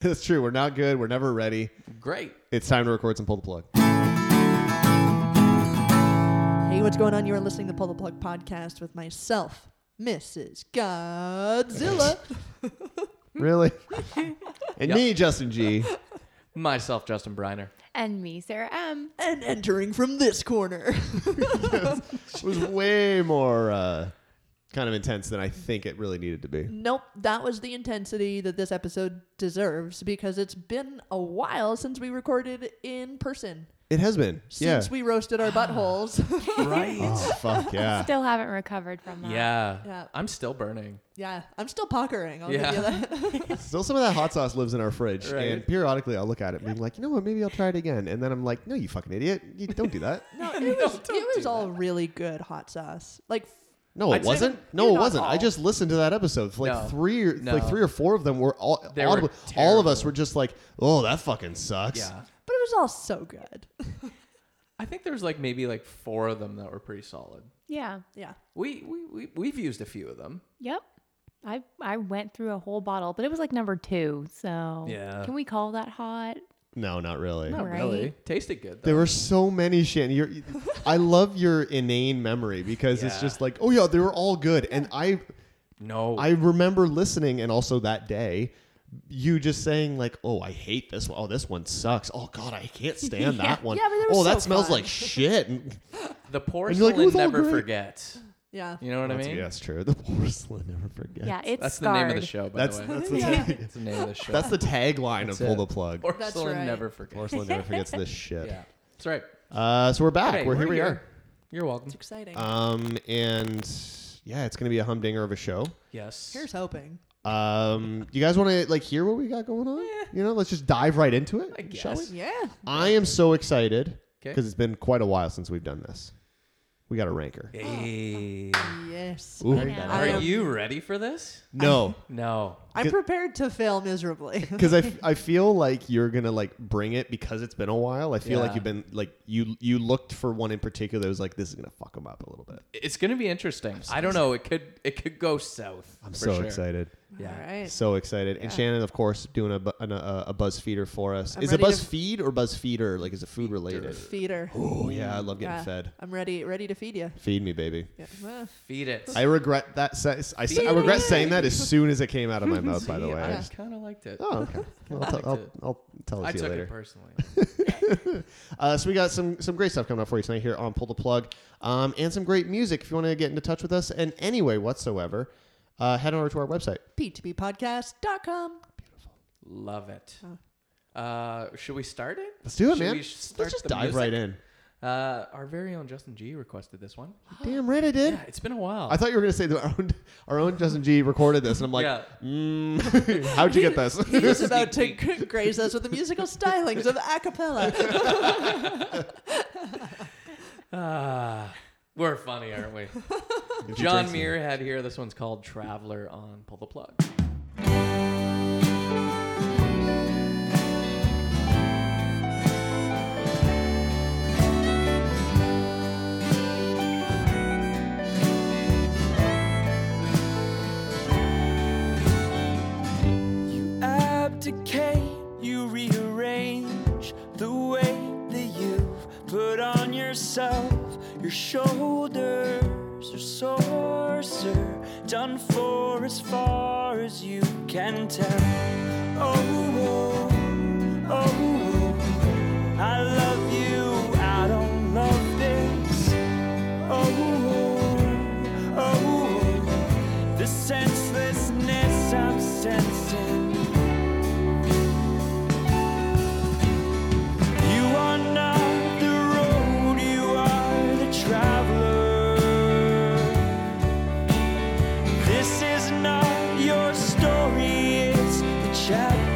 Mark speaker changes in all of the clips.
Speaker 1: That's true. We're not good. We're never ready.
Speaker 2: Great.
Speaker 1: It's time to record some pull the plug.
Speaker 3: Hey, what's going on? You are listening to Pull the Plug podcast with myself, Mrs. Godzilla.
Speaker 1: Really? and
Speaker 2: Yep.
Speaker 1: me, Justin G.
Speaker 2: Myself, Justin Briner.
Speaker 4: And me, Sarah M.
Speaker 3: and entering from this corner.
Speaker 1: was way more uh, kind of intense than I think it really needed to be.
Speaker 3: nope, that was the intensity that this episode deserves because it's been a while since we recorded in person.
Speaker 1: It has been.
Speaker 3: Since
Speaker 1: yeah.
Speaker 3: we roasted our buttholes.
Speaker 2: Right.
Speaker 1: oh, fuck yeah.
Speaker 4: Still haven't recovered from that.
Speaker 2: yeah.
Speaker 3: Yeah.
Speaker 2: I'm still burning.
Speaker 3: yeah, I'm still puckering. I'll
Speaker 2: Yeah.
Speaker 3: give you that.
Speaker 1: Still, some of that hot sauce lives in our fridge,
Speaker 2: Right.
Speaker 1: and periodically I'll look at it, being like, you know what, maybe I'll try it again, and then I'm like, no, you fucking idiot, you don't do that.
Speaker 3: No, it was, it was
Speaker 2: do
Speaker 3: all really good hot sauce. Like,
Speaker 1: No, it
Speaker 2: I'd say
Speaker 1: wasn't.
Speaker 2: that-
Speaker 1: No,
Speaker 3: you're
Speaker 1: it
Speaker 3: not
Speaker 1: wasn't. I
Speaker 3: all-
Speaker 1: just listened to that episode. Like
Speaker 2: No.
Speaker 1: three, or,
Speaker 2: No.
Speaker 1: like three or four of them were all.
Speaker 2: They were
Speaker 1: audible. all of us
Speaker 2: terrible.
Speaker 1: were just like, oh, that fucking sucks.
Speaker 2: Yeah.
Speaker 3: but it was all so good.
Speaker 2: I think there's like maybe like four of them that were pretty solid.
Speaker 4: Yeah.
Speaker 3: yeah.
Speaker 2: We, we, we, we've used a few of them.
Speaker 4: Yep. I I went through a whole bottle, but it was like number two. So
Speaker 2: Yeah.
Speaker 4: can we call that hot?
Speaker 1: No, not really.
Speaker 4: Not Right.
Speaker 2: Really? Tasted good though.
Speaker 1: There were so many shit. You're, I love your inane memory because it's
Speaker 2: Yeah. Oh.
Speaker 1: just like, oh yeah, they were all good, and I,
Speaker 2: no.
Speaker 1: I remember listening, and also that day, you just saying like, oh, I hate this one. Oh, this one sucks. Oh god, I can't stand that one.
Speaker 3: Yeah, but they were
Speaker 1: oh, that
Speaker 3: so
Speaker 1: smells
Speaker 3: fun.
Speaker 1: like shit. And-
Speaker 2: the
Speaker 1: you're
Speaker 2: porcelain
Speaker 1: like, it was all
Speaker 2: never
Speaker 1: great.
Speaker 2: forgets.
Speaker 3: Yeah.
Speaker 2: You know what
Speaker 1: That's-
Speaker 2: I mean?
Speaker 1: yeah, that's true. The porcelain never forgets.
Speaker 4: Yeah, it's
Speaker 2: That's
Speaker 4: scarred.
Speaker 2: the name of the show, by
Speaker 1: That's
Speaker 2: the way.
Speaker 1: that's the
Speaker 3: Yeah.
Speaker 1: thing.
Speaker 2: That's the name of the show.
Speaker 1: That's the tagline
Speaker 2: That's
Speaker 1: of Pull
Speaker 2: it.
Speaker 1: the Plug.
Speaker 2: porcelain
Speaker 3: right.
Speaker 2: never forgets.
Speaker 1: Porcelain never forgets this shit.
Speaker 2: Yeah. That's right.
Speaker 1: Uh, so we're back.
Speaker 2: Hey,
Speaker 1: we're, here. We
Speaker 2: You're welcome.
Speaker 3: It's exciting.
Speaker 1: are. Um, and yeah, it's gonna be a humdinger of a show.
Speaker 2: Yes.
Speaker 3: Here's hoping.
Speaker 1: Um, you guys want to like hear what we got going on? You know, let's just dive right into it.
Speaker 2: I guess.
Speaker 1: shall we?
Speaker 3: Yeah.
Speaker 1: I am so excited
Speaker 2: 'Kay.
Speaker 1: because it's been quite a while since we've done this. We got a ranker.
Speaker 2: Hey.
Speaker 3: Oh. Yes.
Speaker 1: Ooh.
Speaker 4: Yeah.
Speaker 2: Are
Speaker 3: am-
Speaker 2: you ready for this?
Speaker 1: No,
Speaker 2: No.
Speaker 3: I'm
Speaker 1: Good-
Speaker 3: prepared to fail miserably.
Speaker 1: because I, f- I feel like you're gonna like bring it because it's been a while. I feel like
Speaker 2: Yeah.
Speaker 1: you've been like you you looked for one in particular that was like this is gonna fuck them up a little bit.
Speaker 2: It's gonna be interesting. I don't know. It could it could go south.
Speaker 1: I'm
Speaker 2: for
Speaker 1: so
Speaker 2: sure.
Speaker 1: excited.
Speaker 2: Yeah.
Speaker 3: All right.
Speaker 1: So excited. And
Speaker 3: Yeah.
Speaker 1: Shannon, of course, doing a, bu- an, a, a buzz feeder for us.
Speaker 3: I'm
Speaker 1: is it
Speaker 3: ready to-
Speaker 1: buzz feed or buzz feeder? Like, is it food related?
Speaker 3: Feeder.
Speaker 1: Oh, yeah. I love getting
Speaker 3: Yeah.
Speaker 1: fed.
Speaker 3: I'm ready, ready to feed you.
Speaker 1: Feed me, baby.
Speaker 3: Yeah. Well,
Speaker 2: Feed it.
Speaker 1: I regret that. Se- I, se- I regret saying that as soon as it came out of my mouth, by the
Speaker 2: See,
Speaker 1: way. I
Speaker 2: I
Speaker 1: just-
Speaker 2: kind of liked it.
Speaker 1: oh, okay. Well, I'll,
Speaker 2: liked
Speaker 1: t- I'll,
Speaker 2: it.
Speaker 1: I'll tell it
Speaker 2: I
Speaker 1: to you
Speaker 2: took
Speaker 1: later.
Speaker 2: it personally.
Speaker 1: Uh, so we got some some great stuff coming up for you tonight here on Pull the Plug, um, and some great music. If you want to get into touch with us in any way whatsoever, uh, head over to our website.
Speaker 3: p2bpodcast.com.
Speaker 2: Love it. Uh, should we start it?
Speaker 1: Let's do it,
Speaker 2: Should
Speaker 1: man.
Speaker 2: we
Speaker 1: Let's
Speaker 2: start
Speaker 1: just
Speaker 2: the
Speaker 1: dive
Speaker 2: music?
Speaker 1: right in.
Speaker 2: Uh, our very own Justin G requested this one.
Speaker 1: Damn right, I did.
Speaker 2: Yeah, it's been a while.
Speaker 1: I thought you were gonna say that our own our own Justin G recorded this, and I'm like,
Speaker 2: Yeah.
Speaker 1: mm, how'd you get this?
Speaker 3: He was about to g- grace us with the musical stylings of a cappella.
Speaker 2: Ah, we're funny, aren't we? John Muirhead here. This one's called Traveler on Pull the Plug.
Speaker 5: You abdicate, you rearrange the weight that you've put on yourself. Your shoulders are sore, sir, done for as far as you can tell. Oh, oh, oh, I love you, I don't love this. Oh, oh, oh the senselessness I'm sensing. You are not the road, you are the traveler. This is not your story, it's the chapter.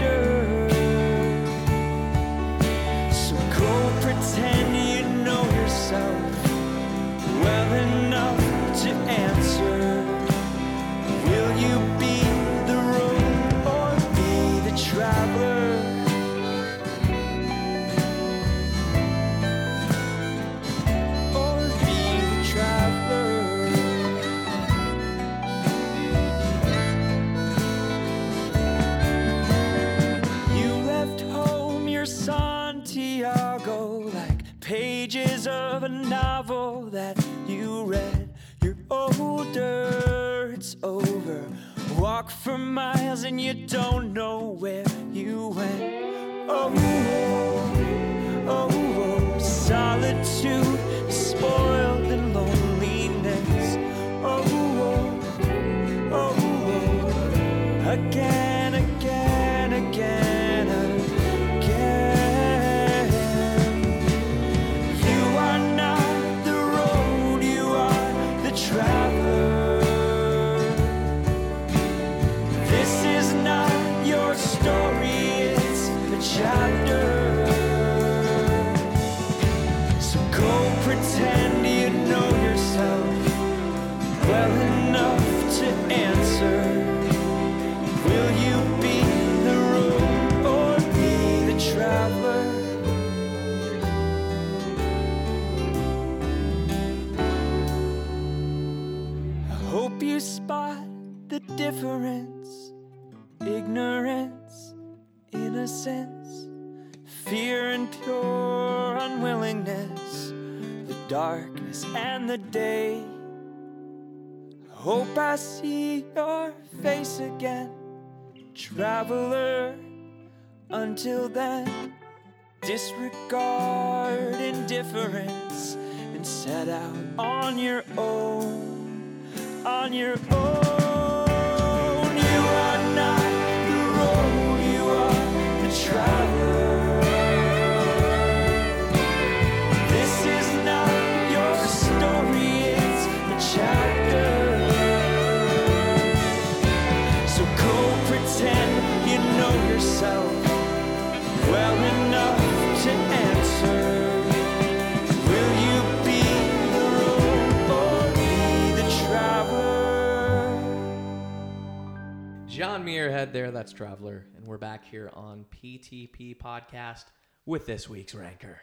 Speaker 5: pages of a novel that you read. You're older, it's over. Walk for miles and you don't know where you went. Oh, oh, oh, oh. solitude, spoiled and loneliness. Oh, oh, oh, oh again, again, again, again. You are not the road, you are the traveler. This is not your story, it's a chapter. So go pretend you know yourself well enough to answer. Will you be the room or be the traveler? I hope you spot the difference. Ignorance, innocence, fear and pure unwillingness, the darkness and the day. Hope I see your face again, traveler. Until then, disregard indifference and set out on your own. On your own, you are not the road, you are the traveler. This is not your story, it's a chapter. So go pretend you know yourself well enough to answer. Will you be the road or be the traveler?
Speaker 2: John Muirhead there, that's Traveler, and we're back here on PTP Podcast with this week's ranker.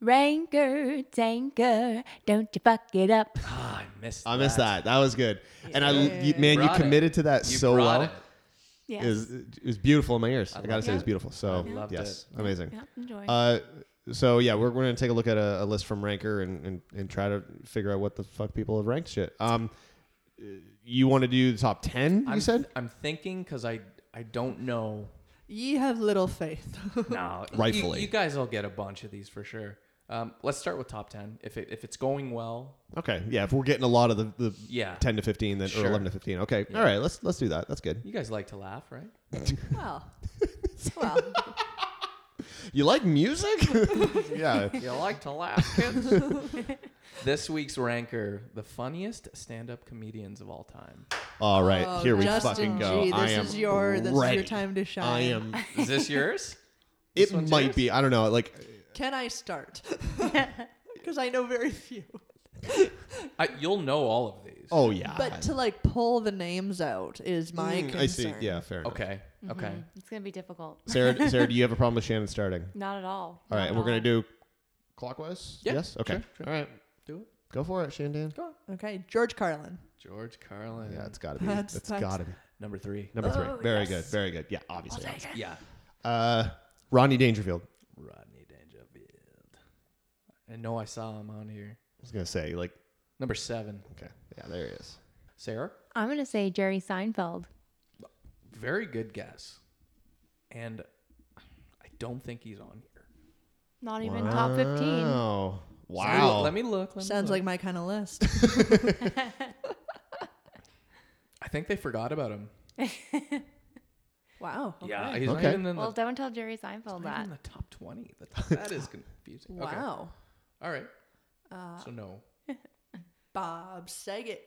Speaker 4: Ranker, tanker, don't you fuck it up.
Speaker 2: Ah, I missed
Speaker 1: I missed that. That was good. And I, you, man, you
Speaker 2: Brought it.
Speaker 1: committed to that
Speaker 2: You
Speaker 1: so
Speaker 2: brought
Speaker 1: well.
Speaker 2: It.
Speaker 4: Yes.
Speaker 1: It was, it was beautiful in my ears. I, gotta
Speaker 2: loved
Speaker 1: say, it was
Speaker 2: it.
Speaker 1: beautiful. So
Speaker 2: I loved
Speaker 1: yes, amazing.
Speaker 4: Yep, enjoy.
Speaker 1: Uh, so yeah, we're, we're gonna take a look at a, a list from Ranker and, and and try to figure out what the fuck people have ranked shit. Um, you want to do the top ten?
Speaker 2: I'm,
Speaker 1: You said
Speaker 2: I'm thinking because I I don't know.
Speaker 3: Ye have little faith.
Speaker 2: No, you-
Speaker 1: Rightfully.
Speaker 2: you, guys will get a bunch of these for sure. Um, let's start with top ten. If it, if it's going well,
Speaker 1: okay. Yeah, if we're getting a lot of the, the
Speaker 2: yeah.
Speaker 1: ten to fifteen, then
Speaker 2: Sure.
Speaker 1: or eleven to fifteen. Okay, all right. Let's let's do that. That's good.
Speaker 2: You guys like to laugh, right?
Speaker 3: well, well,
Speaker 1: You like music? yeah.
Speaker 2: You like to laugh, kids. this week's ranker: the funniest stand-up comedians of all time.
Speaker 1: All right.
Speaker 3: Oh,
Speaker 1: Uh, here we
Speaker 3: Justin
Speaker 1: fucking go.
Speaker 3: G, this
Speaker 1: I am
Speaker 3: is your- this is your
Speaker 1: ready.
Speaker 3: time to shine.
Speaker 1: I am.
Speaker 2: Is this yours? This
Speaker 1: It
Speaker 2: one's
Speaker 1: might
Speaker 2: yours?
Speaker 1: be. I don't know. Like
Speaker 3: can I start? Because I know very few.
Speaker 2: I, you'll know all of these.
Speaker 1: oh yeah.
Speaker 3: But to like pull the names out is my
Speaker 1: Mm,
Speaker 3: concern.
Speaker 1: I see. Yeah. Fair. Enough.
Speaker 2: Okay.
Speaker 4: Mm-hmm.
Speaker 2: Okay.
Speaker 4: it's going to be difficult.
Speaker 1: Sarah, Sarah, do you have a problem with Shannon starting?
Speaker 4: Not at all.
Speaker 1: All right,
Speaker 4: Not
Speaker 1: and
Speaker 4: at
Speaker 1: we're gonna
Speaker 4: all.
Speaker 1: do clockwise.
Speaker 2: Yeah,
Speaker 1: yes. Okay.
Speaker 2: sure, sure.
Speaker 1: All right.
Speaker 2: Do it.
Speaker 1: Go for it, Shandan.
Speaker 2: Go on.
Speaker 3: Okay, George Carlin.
Speaker 2: George Carlin.
Speaker 1: Yeah, it's gotta be.
Speaker 3: That's-
Speaker 1: it's
Speaker 3: that's-
Speaker 1: gotta be
Speaker 2: number three.
Speaker 1: number three.
Speaker 4: Oh,
Speaker 1: Very
Speaker 4: yes.
Speaker 1: good. Very good. Yeah, obviously. obviously.
Speaker 2: Yeah.
Speaker 1: Uh, Ronnie Dangerfield. I
Speaker 2: Rodney Dangerfield. I know I saw him on here.
Speaker 1: was gonna say like.
Speaker 2: Number seven.
Speaker 1: Okay. Yeah, there he is.
Speaker 2: Sarah.
Speaker 4: I'm going to say Jerry Seinfeld.
Speaker 2: Very good guess. And I don't think he's on here.
Speaker 4: Not even top 15.
Speaker 1: Wow.
Speaker 2: So let me-
Speaker 1: Wow.
Speaker 2: Let me look. let me
Speaker 3: Sounds
Speaker 2: look.
Speaker 3: like my kind of list.
Speaker 2: I think they forgot about him.
Speaker 3: Wow. okay.
Speaker 2: Yeah. He's
Speaker 1: Okay.
Speaker 2: not even in the,
Speaker 4: Well, don't tell Jerry Seinfeld
Speaker 2: not
Speaker 4: that.
Speaker 2: even in the top 20. That, that is confusing. Okay.
Speaker 3: Wow. Uh,
Speaker 2: All right. so no.
Speaker 3: Bob Saget.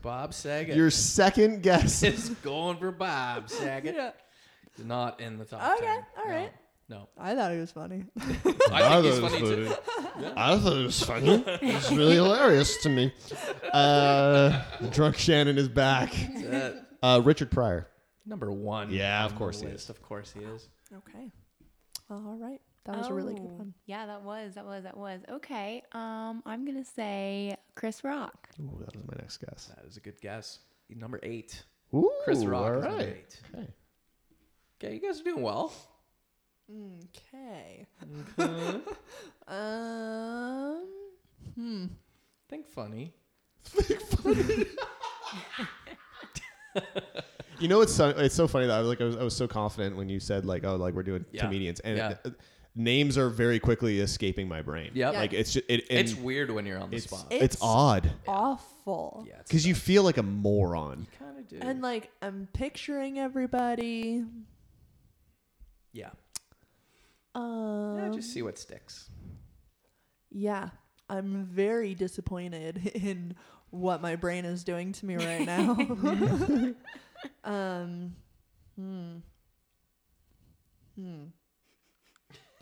Speaker 2: Bob Saget.
Speaker 1: Your second guess.
Speaker 2: is going for Bob Saget.
Speaker 3: Yeah.
Speaker 2: Not in the top
Speaker 3: Okay,
Speaker 2: 10.
Speaker 3: all
Speaker 2: No,
Speaker 3: right.
Speaker 2: No.
Speaker 3: I thought he was funny.
Speaker 2: I think he's funny too.
Speaker 1: I thought it was funny. It's really hilarious to me. Uh, drunk Shannon is back.
Speaker 2: Uh,
Speaker 1: Uh, Richard Pryor.
Speaker 2: number one.
Speaker 1: Yeah, of
Speaker 2: on the
Speaker 1: course he
Speaker 2: list. Of course he is.
Speaker 3: Okay. All right. That was a really good
Speaker 4: Oh,
Speaker 3: one.
Speaker 4: Yeah, that was, that was, that was. Okay, um, I'm going to say Chris Rock.
Speaker 1: Ooh, that was my next guess.
Speaker 2: That is a good guess. Number eight.
Speaker 1: Ooh,
Speaker 2: Chris Rock
Speaker 1: All
Speaker 2: is number
Speaker 1: right.
Speaker 2: eight.
Speaker 1: Okay.
Speaker 2: Okay, you guys are doing well.
Speaker 3: Okay.
Speaker 2: Huh?
Speaker 3: Um. Hmm.
Speaker 2: Think funny.
Speaker 1: You know, it's so, it's so funny that I was like I was, I was so confident when you said like oh like we're doing
Speaker 2: Yeah.
Speaker 1: comedians and
Speaker 2: Yeah.
Speaker 1: uh, names are very quickly escaping my brain.
Speaker 2: Yep.
Speaker 3: Yeah.
Speaker 1: like it's just it, and
Speaker 2: it's weird when you're on the
Speaker 1: it's
Speaker 2: spot.
Speaker 1: it's,
Speaker 3: It's-
Speaker 1: odd
Speaker 3: Awful.
Speaker 2: yeah, it's
Speaker 1: because you feel like a moron.
Speaker 2: kind of do.
Speaker 3: And like I'm picturing everybody.
Speaker 2: yeah.
Speaker 3: Um.
Speaker 2: yeah, just see what sticks.
Speaker 3: Yeah, I'm very disappointed in what my brain is doing to me right now. um, hmm. Hmm.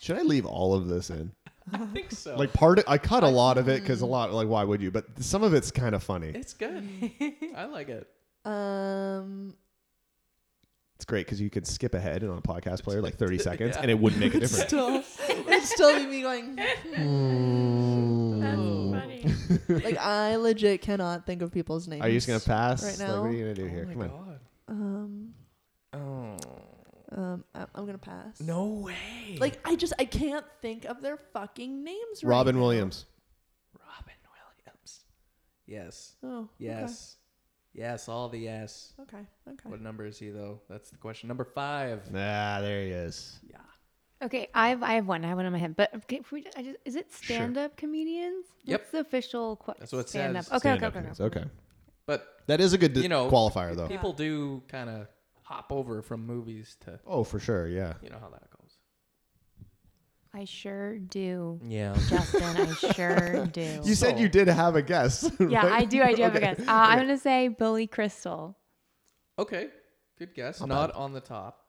Speaker 1: Should I leave all of this in?
Speaker 2: I think so.
Speaker 1: Like part of, I cut a lot of it because a lot like why would you? But some of it's kind of funny.
Speaker 2: it's good. I like it.
Speaker 3: Um,
Speaker 1: It's great because you can skip ahead and on a podcast player like thirty seconds and it wouldn't make a difference.
Speaker 3: still, it'd still be me going.
Speaker 4: That's
Speaker 3: Oh.
Speaker 4: funny.
Speaker 3: Like I legit cannot think of people's names.
Speaker 1: Are you just gonna pass? Like,
Speaker 3: Right
Speaker 1: what
Speaker 3: now?
Speaker 1: are you gonna do here?
Speaker 2: oh
Speaker 1: Come
Speaker 2: my
Speaker 1: on.
Speaker 2: god.
Speaker 3: Um,
Speaker 2: Oh
Speaker 3: um, I, I'm gonna pass.
Speaker 2: no way.
Speaker 3: Like I just I can't think of their fucking names. Right
Speaker 1: Robin
Speaker 3: now.
Speaker 1: Williams.
Speaker 2: Robin Williams. Yes.
Speaker 3: Oh.
Speaker 2: Yes. Yes. All the yes.
Speaker 3: Okay. Okay.
Speaker 2: What number is he though? That's the question. Number five.
Speaker 1: Ah, there he is.
Speaker 2: Yeah.
Speaker 4: Okay, I have I have one. I have one in my head. But okay, if we just, I just, is it
Speaker 1: Sure.
Speaker 4: stand up comedians?
Speaker 2: Yep.
Speaker 4: What's the official qu-
Speaker 2: That's what it
Speaker 4: stand
Speaker 2: says.
Speaker 4: Up. Okay, okay,
Speaker 1: Stand-up
Speaker 4: okay,
Speaker 1: comedians.
Speaker 4: okay.
Speaker 1: okay.
Speaker 2: But
Speaker 1: That is a good
Speaker 2: You know,
Speaker 1: qualifier though.
Speaker 2: people do kind of hop over from movies to
Speaker 1: Oh, for sure. Yeah.
Speaker 2: you know how that goes.
Speaker 4: I sure do.
Speaker 2: Yeah.
Speaker 4: Justin, I sure do.
Speaker 1: You said
Speaker 2: So-
Speaker 1: you did have a guess.
Speaker 4: yeah, I
Speaker 1: right?
Speaker 4: do. I do have a
Speaker 1: Okay.
Speaker 4: guess. Uh, I'm gonna say Billy Crystal.
Speaker 2: Okay. Good guess.
Speaker 1: Not
Speaker 2: Not on the top.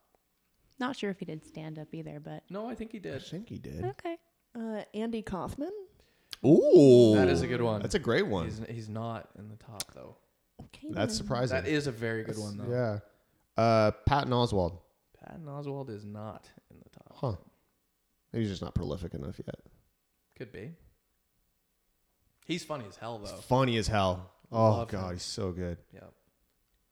Speaker 4: Not sure if he did stand up either, but
Speaker 2: No, I think he
Speaker 1: I
Speaker 2: did.
Speaker 1: think he did.
Speaker 4: okay.
Speaker 3: Uh, Andy Kaufman.
Speaker 1: Ooh,
Speaker 2: That is a good one.
Speaker 1: That's a great one.
Speaker 2: He's, he's not in the top though.
Speaker 3: Okay.
Speaker 1: That's
Speaker 3: then.
Speaker 1: surprising.
Speaker 2: That is a very good one though.
Speaker 1: Yeah. Uh, Patton Oswald.
Speaker 2: Patton Oswald is not in the top.
Speaker 1: Huh. Maybe he's just not prolific enough yet.
Speaker 2: Could be. He's funny as hell
Speaker 1: He's
Speaker 2: though.
Speaker 1: funny as hell. Oh
Speaker 2: Love
Speaker 1: god,
Speaker 2: him.
Speaker 1: he's so good.
Speaker 2: Yeah.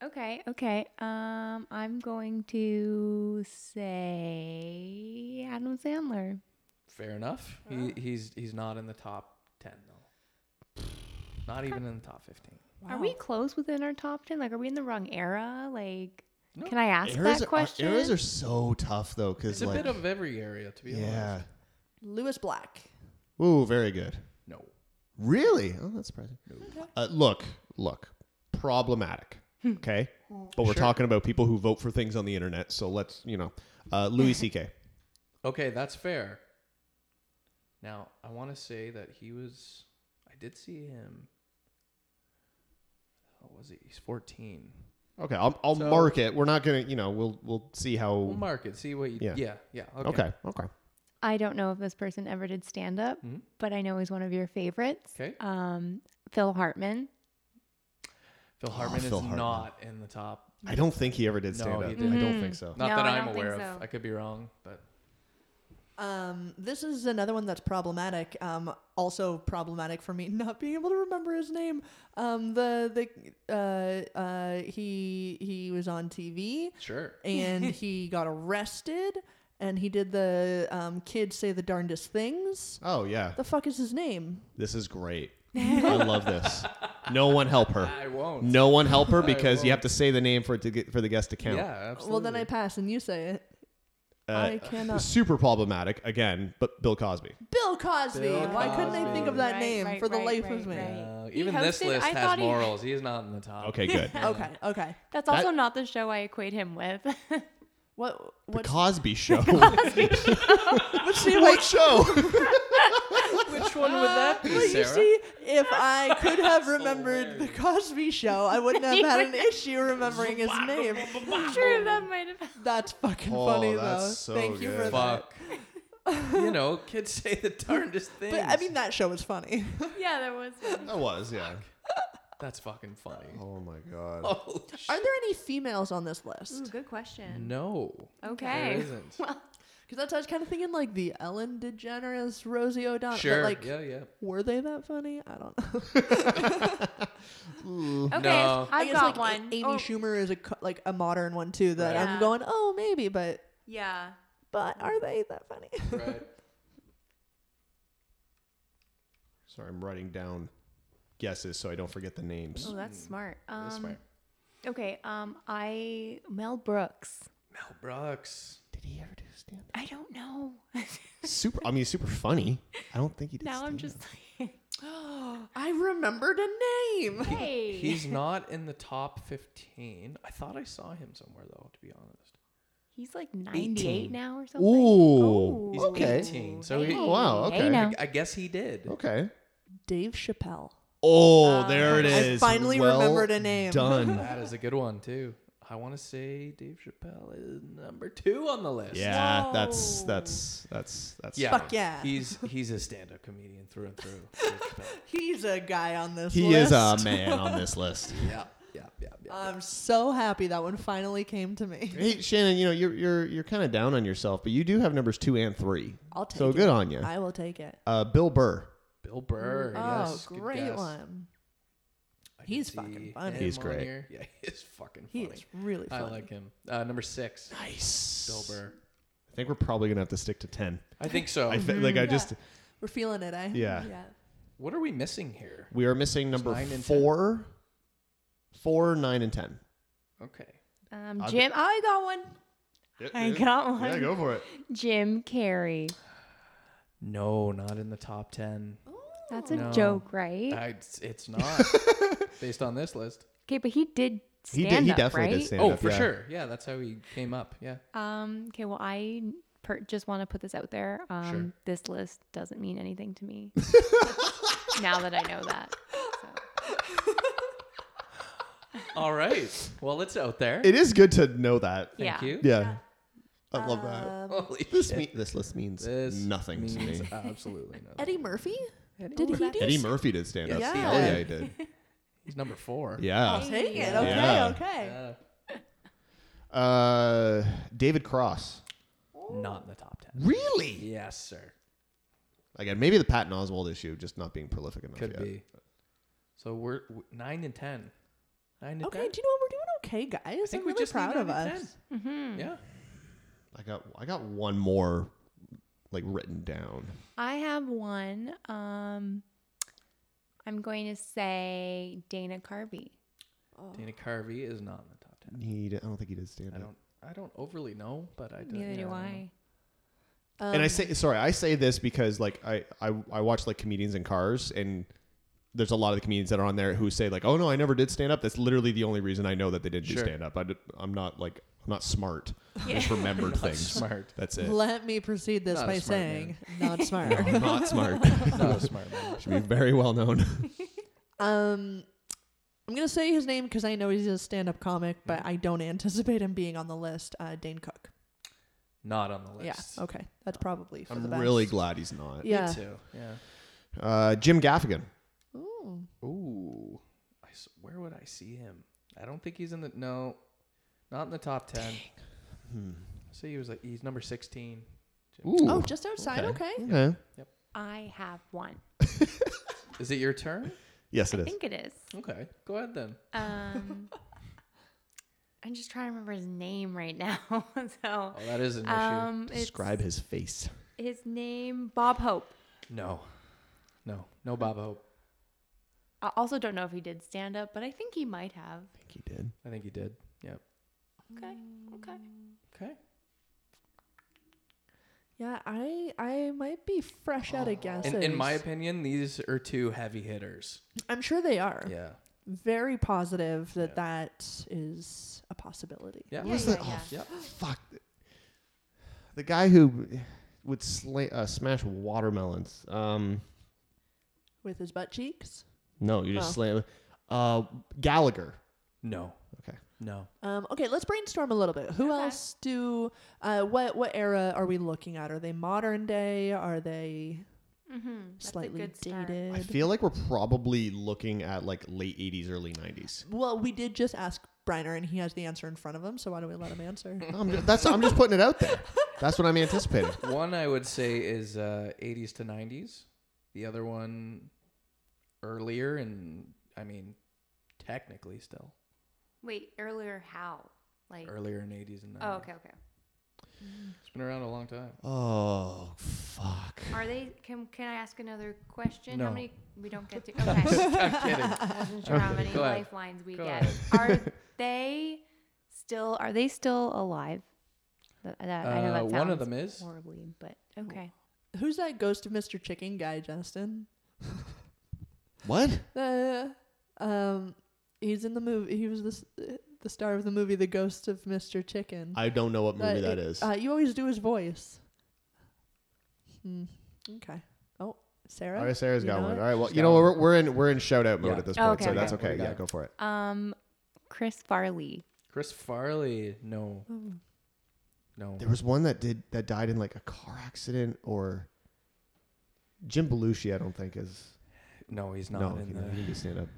Speaker 4: Okay, okay. Um, I'm going to say Adam Sandler.
Speaker 2: Fair enough. He, he's he's not in the top ten though. Not even in the top fifteen.
Speaker 4: Are we
Speaker 3: Wow.
Speaker 4: close within our top ten? Like, are we in the wrong era? Like,
Speaker 2: No.
Speaker 4: can I ask
Speaker 1: Eras
Speaker 4: that
Speaker 1: are, uh,
Speaker 4: question?
Speaker 1: eras are so tough though,
Speaker 2: It's
Speaker 1: because
Speaker 2: a
Speaker 1: like,
Speaker 2: bit of every area to be
Speaker 1: yeah.
Speaker 2: honest.
Speaker 3: Lewis Black.
Speaker 1: Ooh, very good.
Speaker 2: No.
Speaker 1: Really? Oh, that's surprising. Uh, look, look, problematic. Okay, but we're
Speaker 2: Sure.
Speaker 1: talking about people who vote for things on the internet, so let's you know, uh, Louis C.K.
Speaker 2: Okay, that's fair. Now I want to say that he was. I did see him. How was he? He's fourteen.
Speaker 1: Okay, I'll, I'll
Speaker 2: So-
Speaker 1: mark it. We're not gonna, you know, we'll we'll see how.
Speaker 2: We'll mark it. See what you.
Speaker 1: Yeah.
Speaker 2: Yeah. Yeah. okay.
Speaker 1: okay, okay.
Speaker 4: I don't know if this person ever did stand up,
Speaker 2: Mhm.
Speaker 4: but I know he's one of your favorites.
Speaker 2: Okay.
Speaker 4: Um, Phil Hartman.
Speaker 2: Phil Hartman
Speaker 1: Ah, Phil
Speaker 2: is
Speaker 1: Hartman.
Speaker 2: not in the top.
Speaker 1: I don't think he ever did
Speaker 2: No,
Speaker 1: stand up.
Speaker 2: he didn't.
Speaker 1: I don't think so.
Speaker 2: Not
Speaker 4: No,
Speaker 2: that
Speaker 4: I
Speaker 2: I'm
Speaker 4: don't think
Speaker 2: aware of.
Speaker 4: so.
Speaker 2: I could be wrong, but
Speaker 3: Um, this is another one that's problematic. Um, also problematic for me not being able to remember his name. Um, the the uh, uh, he he was on TV
Speaker 2: sure.
Speaker 3: and he got arrested and he did the um, kids say the darndest things.
Speaker 1: Oh yeah,
Speaker 3: The fuck is his name?
Speaker 1: this is great. I love this. No one help her.
Speaker 2: I won't.
Speaker 1: No one help her
Speaker 2: I
Speaker 1: because you have
Speaker 2: won't.
Speaker 1: to say the name for it to get for the guest to count. Uh,
Speaker 2: Yeah. Absolutely.
Speaker 3: Well, then I pass and you say it. I uh, cannot.
Speaker 1: Super problematic again, but Bill Cosby.
Speaker 3: Bill Cosby.
Speaker 2: Bill
Speaker 3: Why couldn't I think of that
Speaker 4: Right,
Speaker 3: name
Speaker 4: right,
Speaker 3: for the
Speaker 4: right,
Speaker 3: life
Speaker 4: right,
Speaker 3: of me?
Speaker 4: right.
Speaker 2: Uh,
Speaker 4: He
Speaker 2: even this
Speaker 4: hosted-
Speaker 2: list
Speaker 4: I
Speaker 2: has
Speaker 4: thought he-
Speaker 2: morals. He is not in the top.
Speaker 1: Okay, good.
Speaker 3: Okay, okay.
Speaker 4: That's
Speaker 1: That-
Speaker 4: also not the show I equate him with.
Speaker 3: What
Speaker 1: the
Speaker 3: what
Speaker 1: Cosby Show.
Speaker 3: what see
Speaker 1: what show?
Speaker 2: Which one would that be,
Speaker 3: But you
Speaker 2: Sarah?
Speaker 3: see, if I could have remembered the Cosby Show, I wouldn't have had an issue remembering his name.
Speaker 4: True, that might have.
Speaker 3: That's fucking
Speaker 1: Oh,
Speaker 3: funny
Speaker 1: that's so
Speaker 3: though. Thank you for
Speaker 1: good.
Speaker 3: that.
Speaker 2: Fuck. you know, kids say the darndest things.
Speaker 3: But I mean, that show was funny.
Speaker 4: Yeah, that was. one.
Speaker 1: that was yeah.
Speaker 2: that's fucking funny.
Speaker 1: Oh my god.
Speaker 2: Oh, sh-
Speaker 3: Are there any females on this
Speaker 4: Ooh,
Speaker 3: list?
Speaker 4: good question.
Speaker 2: no. There
Speaker 4: Okay.
Speaker 2: isn't.
Speaker 3: Because that's I was kind of thinking like the Ellen DeGeneres, Rosie O'Donnell.
Speaker 2: Sure.
Speaker 3: But, like,
Speaker 2: yeah, yeah.
Speaker 3: were they that funny? I don't know.
Speaker 4: Okay,
Speaker 2: No.
Speaker 3: I
Speaker 4: I've
Speaker 3: guess like
Speaker 4: got
Speaker 3: A-
Speaker 4: one.
Speaker 3: Amy
Speaker 4: Oh,
Speaker 3: Schumer is a co- like a modern one too that
Speaker 4: Right.
Speaker 3: I'm
Speaker 4: Yeah.
Speaker 3: going, oh maybe, but
Speaker 4: yeah,
Speaker 3: but are they that funny?
Speaker 2: Right.
Speaker 1: Sorry, I'm writing down guesses so I don't forget the names.
Speaker 4: Oh, that's smart. Um,
Speaker 2: This way.
Speaker 4: Okay. Um, I Mel Brooks.
Speaker 2: Mel Brooks.
Speaker 1: Did he ever do stand
Speaker 4: I don't know.
Speaker 1: up? Super I mean super funny. I don't think he did.
Speaker 4: now I'm
Speaker 1: stand-up.
Speaker 4: just like,
Speaker 3: I remembered a name.
Speaker 4: hey.
Speaker 2: He's not in the top 15. I thought I saw him somewhere, though, to be honest.
Speaker 4: He's like 98
Speaker 2: 18.
Speaker 4: now or something.
Speaker 1: Ooh.
Speaker 2: He's
Speaker 4: Oh.
Speaker 1: Okay.
Speaker 2: 18. So he,
Speaker 1: Oh, wow,
Speaker 4: Hey
Speaker 1: okay.
Speaker 4: now.
Speaker 2: I guess he did.
Speaker 3: Oh.
Speaker 1: Okay.
Speaker 3: Dave Chappelle.
Speaker 1: Oh, there it
Speaker 3: I
Speaker 1: is.
Speaker 3: finally
Speaker 1: Well
Speaker 3: remembered a name.
Speaker 1: Done.
Speaker 2: That is a good one, too. I want to say Dave Chappelle is number two on the list.
Speaker 1: Yeah, that's
Speaker 3: Whoa.
Speaker 1: that's that's that's
Speaker 2: Yeah.
Speaker 3: Fuck yeah.
Speaker 2: He's he's a stand up comedian through and through. Dave Chappelle.
Speaker 3: He's a guy on this
Speaker 1: He
Speaker 3: list.
Speaker 1: is a man on this list.
Speaker 2: yeah. Yeah. Yeah. yeah.
Speaker 3: I'm so happy that one finally came to me.
Speaker 1: Hey Shannon, you know you're you're you're kind of down on yourself, but you do have numbers two and three.
Speaker 3: I'll take
Speaker 1: so
Speaker 3: it.
Speaker 1: good on you.
Speaker 3: I will take it.
Speaker 1: Uh, Bill Burr.
Speaker 2: Bill Burr.
Speaker 3: oh,
Speaker 2: yes, good
Speaker 3: great
Speaker 2: guess.
Speaker 3: one.
Speaker 2: I can
Speaker 3: He's
Speaker 2: see
Speaker 3: fucking funny.
Speaker 2: him
Speaker 1: He's
Speaker 2: on
Speaker 1: great.
Speaker 2: here. Yeah, he is fucking
Speaker 3: He
Speaker 2: funny.
Speaker 3: is really
Speaker 2: I
Speaker 3: funny.
Speaker 2: like him. Uh, number six,
Speaker 1: Nice.
Speaker 2: Bill Burr.
Speaker 1: I think we're probably gonna have to stick to ten.
Speaker 2: I think so.
Speaker 1: I fe- like I
Speaker 3: Yeah.
Speaker 1: just
Speaker 3: We're feeling it, eh?
Speaker 1: Mm-hmm. Yeah.
Speaker 2: what are we missing here?
Speaker 1: we are missing number
Speaker 2: nine and 10.
Speaker 1: four, four, nine, and ten.
Speaker 2: Okay.
Speaker 4: Um,
Speaker 1: I'll be-
Speaker 4: Jim. I got one. I got one.
Speaker 1: for it.
Speaker 4: Jim Carrey.
Speaker 2: No, not in the top ten.
Speaker 4: That's a
Speaker 2: No.
Speaker 4: joke, right?
Speaker 2: I, it's, it's not based on this list.
Speaker 4: okay, but he did
Speaker 1: He did.
Speaker 4: stand
Speaker 1: He
Speaker 4: up,
Speaker 1: definitely
Speaker 4: right?
Speaker 1: did stand
Speaker 2: Oh,
Speaker 1: up.
Speaker 2: for
Speaker 1: yeah.
Speaker 2: sure. Yeah, that's how he came up. Yeah.
Speaker 3: Uh,
Speaker 4: Um, okay, well, I per- just want to put this out there. Um,
Speaker 2: Sure.
Speaker 4: This list doesn't mean anything to me now that I know that. So.
Speaker 2: All right. Well, it's out there.
Speaker 1: It is good to know that.
Speaker 4: Yeah.
Speaker 2: Thank you.
Speaker 1: Yeah. I love that. Uh,
Speaker 3: Um,
Speaker 2: Holy
Speaker 1: This
Speaker 2: shit.
Speaker 1: me- this list means
Speaker 2: This
Speaker 1: nothing to
Speaker 2: means
Speaker 1: me.
Speaker 2: Absolutely nothing.
Speaker 3: Eddie Murphy? Did he do
Speaker 1: Eddie Murphy did stand up.
Speaker 3: Yeah.
Speaker 1: Hell yeah, he did.
Speaker 2: He's number four.
Speaker 1: Yeah.
Speaker 3: I'll take it.
Speaker 4: Yeah.
Speaker 3: Okay,
Speaker 1: Yeah.
Speaker 3: okay.
Speaker 2: Yeah.
Speaker 1: Uh, David Cross.
Speaker 2: not in the top ten.
Speaker 1: Really?
Speaker 2: Yes, sir.
Speaker 1: Again, maybe the Patton Oswald issue, just not being prolific enough
Speaker 2: Could
Speaker 1: yet.
Speaker 2: be. So we're w- nine and ten. Nine and
Speaker 3: Okay,
Speaker 2: ten.
Speaker 3: do you know what we're doing? Okay, guys. I
Speaker 2: think
Speaker 3: am
Speaker 2: we
Speaker 3: really
Speaker 2: just need
Speaker 3: proud of
Speaker 2: nine and
Speaker 3: us. Mm-hmm.
Speaker 2: 10. Yeah.
Speaker 1: I got I got one more, like written down.
Speaker 4: I have one. Um, I'm going to say Dana Carvey.
Speaker 2: Dana Carvey is not in the top ten.
Speaker 1: He did, I don't think he did stand
Speaker 2: I
Speaker 1: up.
Speaker 2: don't. I don't overly know, but I do.
Speaker 4: Neither
Speaker 2: yeah,
Speaker 4: do
Speaker 2: don't
Speaker 4: I.
Speaker 1: and
Speaker 3: Um,
Speaker 1: I say sorry, I say this because like I, I I watch like comedians in cars and there's a lot of the comedians that are on there who say like, "Oh no, I never did stand up." That's literally the only reason I know that they didn't
Speaker 2: Sure.
Speaker 1: do stand up. I did, I'm not like I'm not smart. I just
Speaker 2: know.
Speaker 1: remembered
Speaker 2: Not
Speaker 1: things.
Speaker 2: smart.
Speaker 1: That's it.
Speaker 3: Let me proceed this
Speaker 2: Not a
Speaker 3: by
Speaker 2: smart
Speaker 3: saying, not smart.
Speaker 1: No, I'm not smart.
Speaker 2: Not a smart man.
Speaker 1: Should be very well known.
Speaker 3: Um, I'm gonna say his name because I know he's a stand-up comic,
Speaker 1: Mm.
Speaker 3: but I don't anticipate him being on the list. Uh, Dane Cook.
Speaker 2: Not on the list.
Speaker 3: Yeah. Okay, that's probably. For the
Speaker 1: I'm
Speaker 3: best.
Speaker 1: really glad he's not.
Speaker 3: Yeah.
Speaker 2: Me too. Yeah.
Speaker 1: Uh, Jim Gaffigan.
Speaker 3: Ooh.
Speaker 2: Ooh. I s- where would I see him? I don't think he's in the no. Not in the top ten. Hmm. So he was like he's number sixteen.
Speaker 1: Ooh.
Speaker 3: Oh, just outside. Okay.
Speaker 1: okay.
Speaker 4: I have one.
Speaker 2: Is it your turn?
Speaker 1: Yes, it
Speaker 4: I
Speaker 1: is.
Speaker 4: think it is.
Speaker 2: Okay. Go ahead then.
Speaker 4: Um, I'm just trying to remember his name right now. so,
Speaker 2: Oh, that is an
Speaker 4: um, it's
Speaker 1: Describe his face.
Speaker 4: his name Bob Hope.
Speaker 2: issue. No. No. No Bob Hope.
Speaker 4: I also don't know if he did stand up, but I think he might have.
Speaker 1: I think he did.
Speaker 2: I think he did. Yep.
Speaker 4: Okay. Okay.
Speaker 2: Okay.
Speaker 3: Yeah, I I might be fresh out of guesses.
Speaker 2: In, in my opinion, these are two heavy hitters.
Speaker 3: I'm sure they are.
Speaker 2: Yeah.
Speaker 3: Very positive that
Speaker 2: Yeah.
Speaker 3: that is a possibility.
Speaker 2: Yeah.
Speaker 4: Yeah,
Speaker 1: was
Speaker 4: yeah,
Speaker 1: that?
Speaker 4: yeah.
Speaker 1: Oh,
Speaker 2: Yeah.
Speaker 1: fuck. The guy who would sla- uh, smash watermelons. Um,
Speaker 3: With his butt cheeks.
Speaker 1: no, you just
Speaker 3: Oh.
Speaker 1: slam. Uh, Gallagher.
Speaker 2: No.
Speaker 1: Okay.
Speaker 2: No.
Speaker 3: Um, okay, let's brainstorm a little bit. Who
Speaker 4: Okay.
Speaker 3: else do? Uh, what what era are we looking at? Are they modern day? Are they
Speaker 4: Mm-hmm.
Speaker 3: slightly
Speaker 1: I
Speaker 3: dated?
Speaker 1: feel like we're probably looking at like late '80s, early '90s.
Speaker 3: Well, we did just ask Briner, and he has the answer in front of him. So why don't we let him answer?
Speaker 1: I'm just, that's I'm just putting it out there. That's what I'm anticipating.
Speaker 2: One I would say is uh, 80s to 90s. The other one earlier and I mean technically still
Speaker 4: Wait, earlier how? Like
Speaker 2: earlier in 80s and 90s.
Speaker 4: Oh, okay, okay.
Speaker 2: It's been around a long time.
Speaker 1: Oh fuck.
Speaker 4: Are they? Can Can I ask another question?
Speaker 2: No.
Speaker 4: How many we don't get to? Okay,
Speaker 2: I'm kidding.
Speaker 4: wasn't sure how many
Speaker 2: Go ahead.
Speaker 4: lifelines we
Speaker 2: Go
Speaker 4: get. Are they still? Are they still alive? Th- that- I know that
Speaker 2: Uh, one of
Speaker 4: sounds
Speaker 2: them is.
Speaker 4: horribly, but okay.
Speaker 3: Who's that ghost of Mr. Chicken guy, Justin?
Speaker 1: What?
Speaker 3: Uh, um, he's in the movie. He was the s- the star of the movie The Ghost of Mr. Chicken.
Speaker 1: I don't know what movie
Speaker 3: But
Speaker 1: that
Speaker 3: it-
Speaker 1: is.
Speaker 3: Uh, you always do his voice. Hmm. Okay. Oh, Sarah.
Speaker 1: All right, Sarah's
Speaker 3: you
Speaker 1: got
Speaker 3: know
Speaker 1: one.
Speaker 3: it?
Speaker 1: All right, well,
Speaker 2: She's
Speaker 1: you
Speaker 2: got
Speaker 1: know
Speaker 2: one.
Speaker 1: we're, we're in we're in shout out mode
Speaker 2: Yeah.
Speaker 1: at this
Speaker 4: Oh,
Speaker 1: point,
Speaker 4: okay,
Speaker 1: so
Speaker 4: okay.
Speaker 1: that's
Speaker 2: We
Speaker 1: okay.
Speaker 2: got
Speaker 1: Yeah,
Speaker 2: it.
Speaker 1: go for it.
Speaker 4: Um, Chris Farley.
Speaker 2: Chris Farley. No. No.
Speaker 1: There was one that did that died in like a car accident or Jim Belushi. I don't think is
Speaker 2: No, he's not
Speaker 1: no. He
Speaker 2: in the.
Speaker 1: didn't do stand up.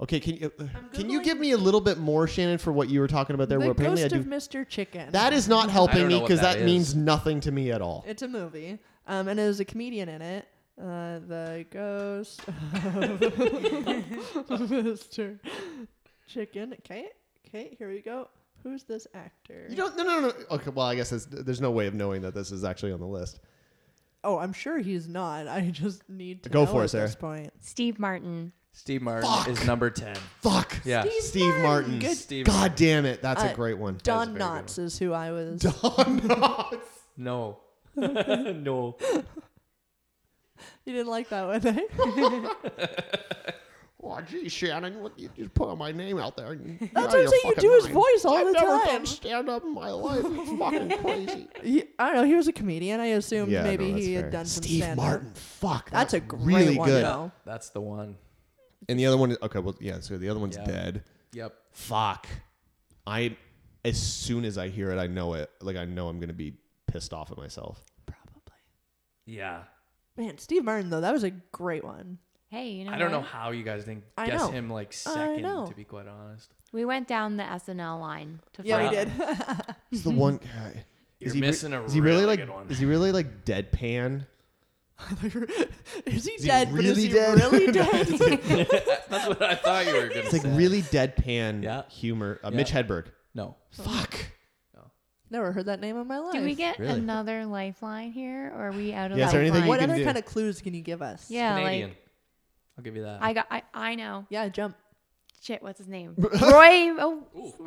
Speaker 1: Okay, can you uh, can you
Speaker 3: Googling
Speaker 1: give me a little bit more, Shannon, for what you were talking about there?
Speaker 3: the
Speaker 1: where apparently I
Speaker 3: Ghost
Speaker 1: do.
Speaker 3: of Mr. Chicken.
Speaker 1: That is not
Speaker 2: I
Speaker 1: helping
Speaker 2: don't
Speaker 1: me
Speaker 2: know what
Speaker 1: because
Speaker 2: that
Speaker 1: that,
Speaker 2: is.
Speaker 1: means nothing to me at all.
Speaker 3: It's a movie, um, and there's a comedian in it. Uh, the ghost of Mr. Chicken. Okay, okay, here we go. Who's this actor?
Speaker 1: You don't. No, no, no. Okay. Well, I guess that's, there's no way of knowing that this is actually on the list.
Speaker 3: oh, I'm sure he's not. I just need to
Speaker 1: Go
Speaker 3: know
Speaker 1: for it,
Speaker 3: at
Speaker 1: Sarah.
Speaker 3: This point.
Speaker 4: Steve Martin.
Speaker 2: Steve Martin is number ten.
Speaker 1: Fuck.
Speaker 2: Yeah.
Speaker 1: Steve,
Speaker 3: Martin.
Speaker 1: Martin.
Speaker 3: Good-
Speaker 2: Steve
Speaker 1: God damn it. That's
Speaker 3: Uh,
Speaker 1: a great one.
Speaker 3: Don
Speaker 2: very good one.
Speaker 3: Knotts is who I was.
Speaker 1: Don Knotts.
Speaker 2: No. no.
Speaker 3: you didn't like that one, eh?
Speaker 1: Oh, gee, Shannon, what, you just put my name out there. And you're
Speaker 3: That's
Speaker 1: out
Speaker 3: what
Speaker 1: of
Speaker 3: I'm
Speaker 1: your
Speaker 3: saying. You
Speaker 1: fucking
Speaker 3: do his
Speaker 1: mind.
Speaker 3: voice all
Speaker 1: I've
Speaker 3: the
Speaker 1: never
Speaker 3: time.
Speaker 1: done stand up in my life. It's fucking crazy.
Speaker 3: He- I don't know. He was a comedian. I assumed
Speaker 1: Yeah,
Speaker 3: maybe
Speaker 1: no, that's
Speaker 3: he
Speaker 1: fair.
Speaker 3: had done some
Speaker 1: Steve
Speaker 3: stand-up.
Speaker 1: Martin. Fuck.
Speaker 3: That's a great
Speaker 1: really
Speaker 3: one,
Speaker 1: good.
Speaker 3: though.
Speaker 2: That's the one.
Speaker 1: And the other one is okay. Well, yeah. So the other one's
Speaker 2: Yeah.
Speaker 1: dead.
Speaker 2: Yep.
Speaker 1: Fuck. I as soon as I hear it, I know it. Like I know I'm gonna be pissed off at myself.
Speaker 3: Probably.
Speaker 2: Yeah.
Speaker 3: Man, Steve Martin though, that was a great one.
Speaker 4: Hey, you know.
Speaker 2: I don't know
Speaker 4: what?
Speaker 2: how you guys didn't
Speaker 3: I
Speaker 2: guess
Speaker 3: know.
Speaker 2: him like
Speaker 3: I
Speaker 2: second,
Speaker 3: know.
Speaker 2: to be quite honest.
Speaker 4: We went down the SNL line to
Speaker 3: Yeah,
Speaker 4: find
Speaker 3: we
Speaker 2: Wow.
Speaker 3: did.
Speaker 1: It's the one guy.
Speaker 2: You're missing a
Speaker 1: is he really
Speaker 2: really
Speaker 1: like
Speaker 2: good one.
Speaker 1: is he really like deadpan?
Speaker 3: is he
Speaker 1: he
Speaker 3: dead? but is
Speaker 1: really
Speaker 3: he
Speaker 1: dead?
Speaker 3: really dead?
Speaker 2: That's what I thought you were gonna
Speaker 1: It's
Speaker 2: say.
Speaker 1: like really deadpan
Speaker 2: Yeah.
Speaker 1: humor. Uh,
Speaker 2: Yeah.
Speaker 1: Mitch Hedberg.
Speaker 2: no.
Speaker 1: Fuck.
Speaker 3: Never heard that name in my life.
Speaker 4: Did we get
Speaker 1: Really?
Speaker 4: another lifeline here, or are we out of?
Speaker 1: Yeah, is there anything
Speaker 4: lifelines?
Speaker 1: you
Speaker 3: what
Speaker 1: can
Speaker 3: other
Speaker 1: do?
Speaker 3: kind of clues can you give us?
Speaker 4: Yeah,
Speaker 2: Canadian.
Speaker 4: like
Speaker 2: I'll give you that.
Speaker 4: I got. I, I know.
Speaker 3: Yeah, jump.
Speaker 4: Shit, what's his name? Roy. Oh,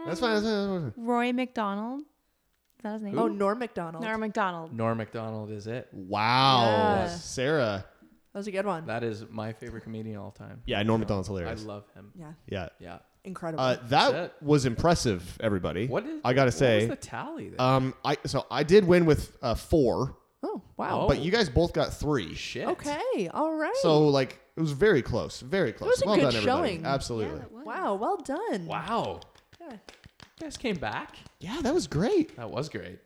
Speaker 1: That's fine. That's fine.
Speaker 4: Roy McDonald. Is that his name?
Speaker 3: Oh, Norm McDonald.
Speaker 4: Norm McDonald.
Speaker 2: Norm Macdonald is it.
Speaker 1: Wow.
Speaker 3: Yeah.
Speaker 1: Sarah.
Speaker 3: That was a good one.
Speaker 2: That is my favorite comedian of all time.
Speaker 1: Yeah, Norm Macdonald's hilarious.
Speaker 2: I love him.
Speaker 3: yeah,
Speaker 1: yeah.
Speaker 2: Yeah.
Speaker 3: incredible.
Speaker 1: Uh, that
Speaker 2: That-
Speaker 1: was impressive, everybody.
Speaker 2: What did
Speaker 1: I gotta say?
Speaker 2: What was the tally there?
Speaker 1: um, I so I did win with uh, four,
Speaker 3: oh wow.
Speaker 2: Oh.
Speaker 1: but you guys both got three.
Speaker 2: Shit.
Speaker 3: Okay, all right.
Speaker 1: oh. So like it was very close, very close.
Speaker 3: was a
Speaker 1: well
Speaker 3: good
Speaker 1: done, everybody.
Speaker 3: showing.
Speaker 1: Absolutely.
Speaker 4: it was.
Speaker 3: wow, well done.
Speaker 2: Wow.
Speaker 3: Yeah.
Speaker 2: You guys came back.
Speaker 1: Yeah, that was great.
Speaker 2: That was great.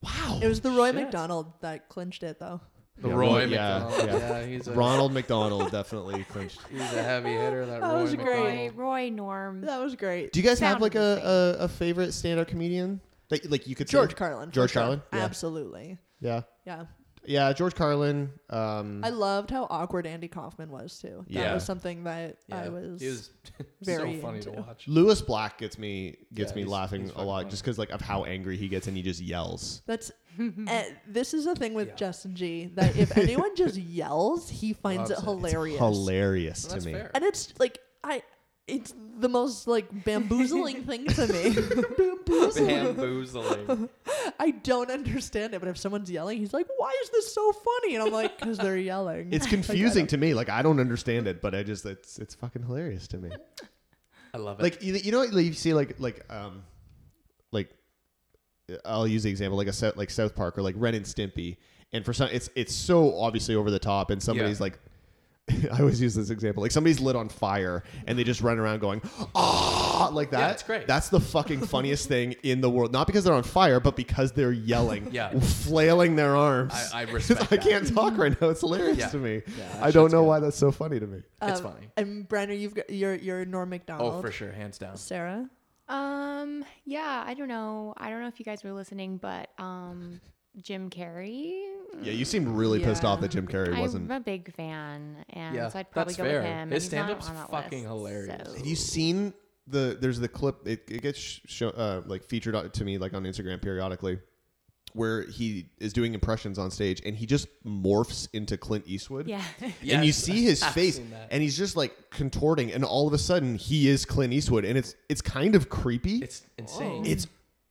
Speaker 1: Wow.
Speaker 3: It was the Roy
Speaker 2: Shit.
Speaker 3: McDonald that clinched it though.
Speaker 2: The
Speaker 1: Yeah,
Speaker 2: Roy
Speaker 1: Roy- yeah,
Speaker 2: McDonald.
Speaker 1: yeah.
Speaker 2: Yeah, he's a
Speaker 1: Ronald McDonald definitely clinched.
Speaker 2: he's a heavy hitter. That,
Speaker 3: That
Speaker 2: Roy
Speaker 3: was
Speaker 2: McDonald.
Speaker 3: great.
Speaker 4: Roy, Roy Norm.
Speaker 3: That was great.
Speaker 1: Do you guys have
Speaker 4: Sounded
Speaker 1: like a, a, a favorite stand-up comedian? Like, like you could say-
Speaker 3: George Carlin. for
Speaker 1: George
Speaker 3: sure.
Speaker 1: Carlin? Yeah.
Speaker 3: Absolutely.
Speaker 1: Yeah,
Speaker 3: Yeah.
Speaker 1: yeah. George Carlin. Um,
Speaker 3: I loved how awkward Andy Kaufman was too. That
Speaker 1: Yeah.
Speaker 3: was something that
Speaker 2: Yeah,
Speaker 3: I was.
Speaker 2: He was
Speaker 3: very
Speaker 2: so funny to
Speaker 3: into.
Speaker 2: watch.
Speaker 1: Lewis Black gets me gets
Speaker 2: Yeah,
Speaker 1: me
Speaker 2: he's-
Speaker 1: laughing
Speaker 2: he's
Speaker 1: a
Speaker 2: fucking
Speaker 1: lot
Speaker 2: funny.
Speaker 1: just because like of how angry he gets and he just yells.
Speaker 3: That's uh, this is a thing with
Speaker 2: Yeah.
Speaker 3: Justin G that if anyone just yells, he finds it
Speaker 2: Loves it. It's
Speaker 3: hilarious.
Speaker 1: Hilarious
Speaker 2: Well, that's
Speaker 1: to me.
Speaker 2: fair.
Speaker 3: And it's like I, it's the most like bamboozling thing to me. bamboozling.
Speaker 2: Bamboozling.
Speaker 3: I don't understand it, but if someone's yelling, he's like, "Why is this so funny?" And I'm like, "Cause they're yelling."
Speaker 1: It's confusing to me. Like I don't understand it, but I just it's it's fucking hilarious to me.
Speaker 2: I love it.
Speaker 1: like you, you know like, you see like like um like I'll use the example like a set like South Park or like Ren and Stimpy and for some it's it's so obviously over the top and somebody's
Speaker 2: Yeah.
Speaker 1: like I always use this example like somebody's lit on fire and they just run around going ah like that
Speaker 2: it's great.
Speaker 1: that's the fucking funniest thing in the world not because they're on fire but because they're yelling
Speaker 2: Yeah.
Speaker 1: flailing their arms
Speaker 2: I- I respect
Speaker 1: I
Speaker 2: that.
Speaker 1: can't talk right now it's hilarious
Speaker 2: Yeah.
Speaker 1: to me
Speaker 2: Yeah, that
Speaker 1: I don't
Speaker 2: shit's
Speaker 1: know
Speaker 2: good.
Speaker 1: why that's so funny to me
Speaker 2: it's
Speaker 3: Um,
Speaker 2: funny.
Speaker 3: And Brenner, you've got your your Norm Macdonald.
Speaker 2: Oh, for sure, hands down.
Speaker 3: Sarah.
Speaker 4: Um, yeah, I don't know. I don't know if you guys were listening, but um, Jim Carrey.
Speaker 1: yeah you seem really pissed
Speaker 3: Yeah.
Speaker 1: off that Jim Carrey wasn't
Speaker 4: I'm a big fan, and
Speaker 2: Yeah,
Speaker 4: so I'd probably
Speaker 2: that's
Speaker 4: go
Speaker 2: fair.
Speaker 4: with him.
Speaker 2: His
Speaker 4: and he's not
Speaker 2: stand-up's
Speaker 4: on that
Speaker 2: fucking
Speaker 4: list,
Speaker 2: hilarious.
Speaker 4: so-
Speaker 1: Have you seen the? There's the clip. It, it gets sh- show, uh, like featured on- to me like on Instagram periodically, where he is doing impressions on stage and he just morphs into Clint Eastwood.
Speaker 4: Yeah.
Speaker 1: and you
Speaker 2: Yes,
Speaker 1: see his
Speaker 2: I've
Speaker 1: face
Speaker 2: seen that.
Speaker 1: and he's just like contorting and all of a sudden he is Clint Eastwood and it's it's kind of creepy.
Speaker 2: It's insane.
Speaker 1: It's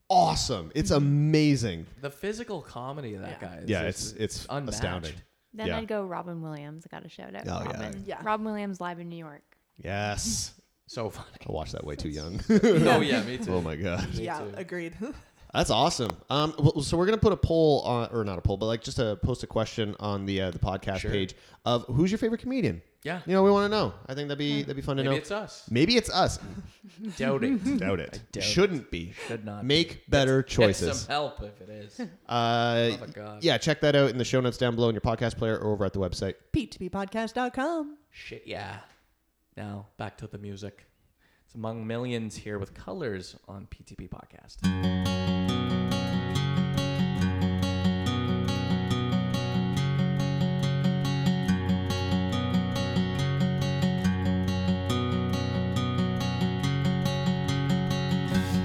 Speaker 1: awesome. It's amazing.
Speaker 2: the physical comedy of that
Speaker 3: Yeah.
Speaker 2: guy. Is
Speaker 1: Yeah,
Speaker 2: just
Speaker 1: it's it's
Speaker 2: unmatched.
Speaker 1: astounding.
Speaker 4: Then
Speaker 1: Yeah.
Speaker 4: I'd go Robin Williams. I got to shout out
Speaker 1: Oh, yeah.
Speaker 4: Robin.
Speaker 3: Yeah.
Speaker 4: Robin Williams live in New York.
Speaker 1: Yes.
Speaker 2: So funny.
Speaker 1: I watched that way too young.
Speaker 2: oh yeah, me too.
Speaker 1: oh my god.
Speaker 2: Me
Speaker 3: yeah,
Speaker 2: too.
Speaker 3: agreed.
Speaker 1: That's awesome. Um, well, so we're gonna put a poll on, or not a poll, but like just a post a question on the uh, the podcast
Speaker 2: Sure.
Speaker 1: page of who's your favorite comedian.
Speaker 2: Yeah.
Speaker 1: You know, we want to know. I think that'd be that'd be fun to
Speaker 2: Maybe
Speaker 1: know.
Speaker 2: it's us.
Speaker 1: Maybe it's us.
Speaker 2: Doubt it.
Speaker 1: Doubt it.
Speaker 2: doubt
Speaker 1: Shouldn't be.
Speaker 2: Should not be.
Speaker 1: Make better
Speaker 2: Get
Speaker 1: choices.
Speaker 2: some help if it is.
Speaker 1: Uh,
Speaker 2: Love of God.
Speaker 1: yeah, check that out in the show notes down below in your podcast player or over at the website.
Speaker 3: P2Ppodcast.com.
Speaker 2: Shit, yeah. Now back to the music. It's among millions here with colors on PTP podcast.